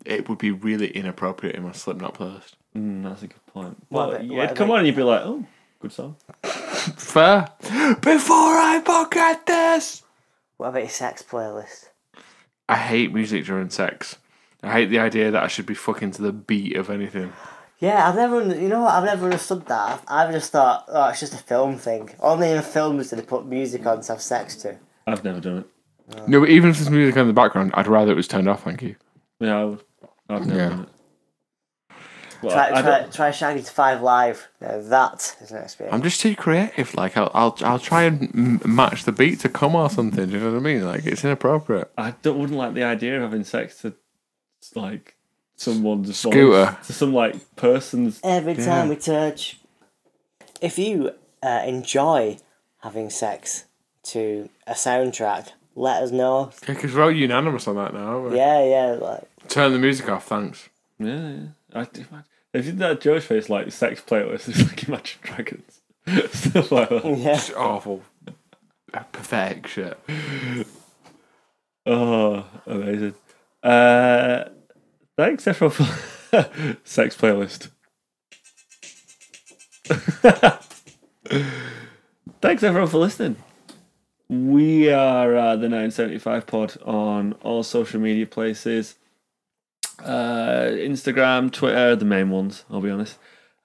A: It would be really inappropriate in my Slipknot playlist.
B: Mm, that's a good point.
C: Well,
B: But
C: they-
B: yeah,
C: well,
B: it'd come
C: they-
B: on and you'd be like, oh, good song.
A: Fair. Before I forget this,
C: What about your sex playlist?
A: I hate music during sex. I hate the idea that I should be fucking to the beat of anything.
C: Yeah, I've never, un- you know what, I've never understood that. I've I've just thought, oh, it's just a film thing. Only in films do they put music on to have sex to.
B: I've never done it.
A: No, but even if there's music in the background, I'd rather it was turned off. Thank you.
B: Yeah, I would. I've never
A: Yeah.
B: done it. Well, I
C: Try, try,
B: don't-
C: try Shaggy to Five Live. Now that is an experience.
A: I'm just too creative. Like I'll, I'll, I'll try and m- match the beat to come or something. Do you know what I mean? Like it's inappropriate.
B: I don't, wouldn't like the idea of having sex to like someone's
A: Scooter.
B: to some like person's.
C: Every
A: Yeah.
C: time we touch. If you uh, enjoy having sex to a soundtrack, let us know.
A: Yeah, because we're all unanimous on that now. Aren't we?
C: Yeah, yeah, like,
A: Turn the music off. Thanks.
B: Yeah, yeah. I do. If you did that Joe's face like sex playlist is like Imagine Dragons stuff like that.
C: yeah.
A: It's awful. Uh, Pathetic shit.
B: Oh, amazing! Uh, thanks everyone for sex playlist. thanks everyone for listening. We are uh, the 975 pod on all social media places uh, Instagram, Twitter, the main ones, I'll be honest.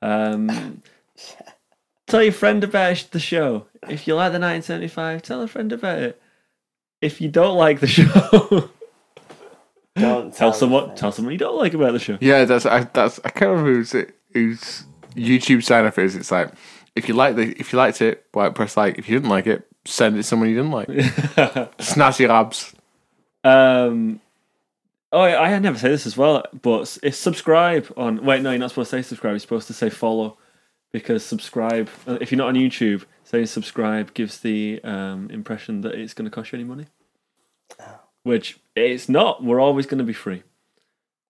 B: Um, tell your friend about the show. If you like the 975, tell a friend about it. If you don't like the show, tell
C: Don't tell
B: someone
C: them.
B: tell someone you don't like about the show.
A: Yeah, that's I, that's I can't remember who's it, whose YouTube sign up is. It's like if you like the if you liked it, like press like. If you didn't like it, send it to someone you didn't like. Snazzy Labs.
B: Um, oh, I, I never say this as well, but if subscribe on wait, no, you're not supposed to say subscribe. You're supposed to say follow because subscribe. uh, If you're not on YouTube, saying subscribe gives the um, impression that it's going to cost you any money, which it's not. We're always going to be free.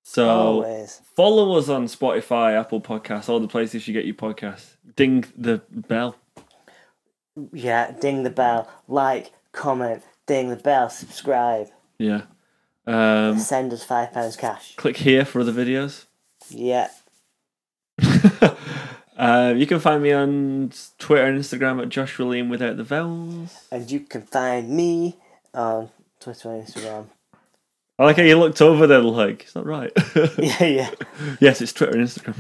B: So
C: Always.
B: follow us on Spotify, Apple Podcasts, all the places you get your podcasts. Ding the bell.
C: Yeah, ding the bell. Like, comment, ding the bell, subscribe.
B: Yeah. Um,
C: Send us five pounds cash.
B: click here for other videos.
C: Yeah.
B: Uh, you can find me on Twitter and Instagram at Joshua Lean without the vowels.
C: And you can find me on Twitter and Instagram.
B: I like how you looked over there, like it's not right.
C: yeah, yeah.
B: yes, it's Twitter and Instagram.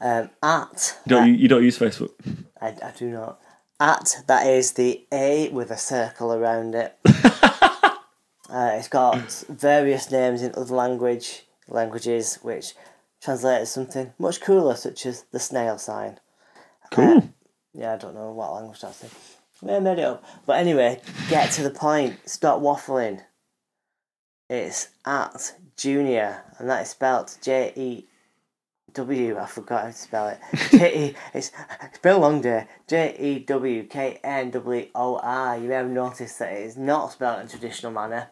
C: Um, at
B: You don't, you, you don't use Facebook.
C: I, I do not. At that is the A with a circle around it. uh, it's got various names in other language languages, which translate as something much cooler, such as the snail sign. Um,
B: Cool.
C: Yeah, I don't know what language that's in. I made it up. But anyway, get to the point. Stop waffling. It's at junior, and that is spelled J E W. I forgot how to spell it. J E. It's, it's been a long day. J E W K N W O R. You may have noticed that it is not spelled in a traditional manner.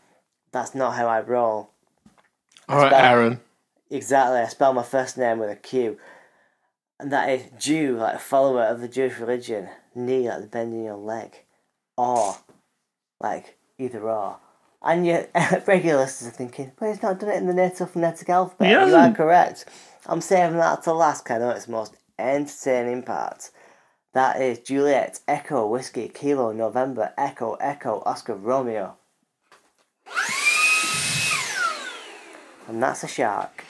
C: That's not how I roll.
A: All right,
C: bad.
A: Aaron.
C: Exactly, I spell my first name with a Q. And that is Jew, like a follower of the Jewish religion. Knee, like the bend in your leg. Or, like, either or. And your regular listeners are thinking, but he's not done it in the native phonetic alphabet.
B: He
C: you are
B: hasn't.
C: correct. I'm saving that to last, 'cause I know it's the most entertaining part. That is Juliet, Echo, Whiskey, Kilo, November, Echo, Echo, Oscar, Romeo. And that's a shark.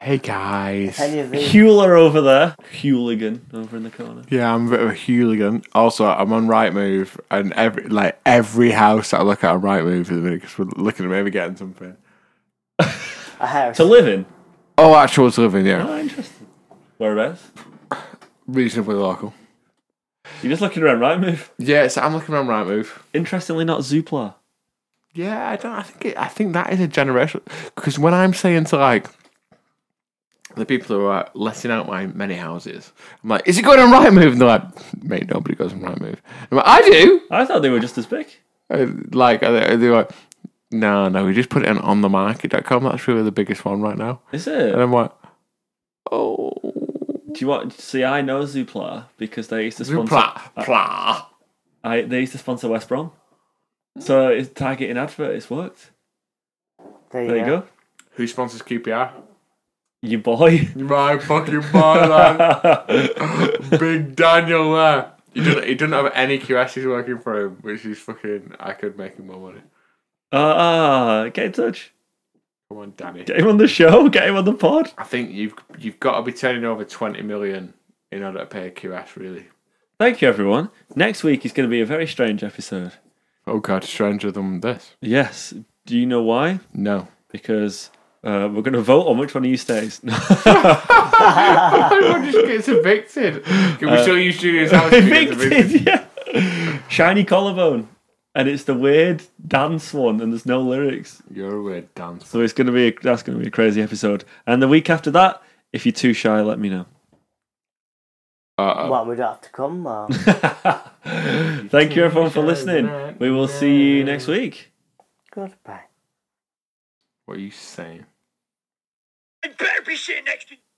A: Hey guys.
C: Any of these
B: Hewler over there. Hooligan over in the corner.
A: Yeah, I'm a bit of a hooligan. Also, I'm on Rightmove, and every like every house that I look at on Rightmove at the minute because we're looking at maybe getting something.
C: A house.
B: To live in.
A: Oh, actual living, yeah,
B: Oh, interesting. Whereabouts?
A: reasonably local.
B: You're just looking around, right? Move.
A: Yeah, so I'm looking around Rightmove.
B: Interestingly, not Zoopla.
A: Yeah, I don't. I think it, I think that is a generation because when I'm saying to like the people who are letting out my many houses, I'm like, is it going on right move? And they're like, mate, nobody goes on right move. I'm like, I do.
B: I thought they were just as big.
A: Uh, Like, are they, are they like, no, no, we just put it on on the market.com. That's really the biggest one right now.
B: Is
A: And
B: it?
A: I'm like, oh,
B: Do you want? See, I know Zoopla because they used to sponsor.
A: plah, plah.
B: I they used to sponsor West Brom. So it's targeting advert. It's worked.
C: There you,
B: There you go.
A: Who sponsors QPR?
B: You boy.
A: My fucking boy, man. Big Daniel there. He doesn't, he doesn't have any QSs working for him, which is fucking. I could make him more money.
B: Ah, get in touch.
A: Come on, Danny.
B: Get him on the show. Get him on the pod.
A: I think you've you've got to be turning over twenty million in order to pay a QS, really.
B: Thank you, everyone. Next week is going to be a very strange episode.
A: Oh god, stranger than this.
B: Yes. Do you know why?
A: No,
B: Because uh, we're going to vote on which one of you stays.
A: everyone just gets evicted. Can we still use Julian's house? if he gets
B: Uh, Evicted, yeah. Shiny collarbone. And it's the weird dance one, and there's no lyrics.
A: You're a weird dance.
B: So it's going to be a, that's going to be a crazy episode. And the week after that, if you're too shy, let me know.
A: Uh,
C: Well, we don't have to come. uh, Or...
B: Thank you everyone for listening. We will see you next week.
C: Goodbye.
A: what are you saying?
D: Better be sitting next to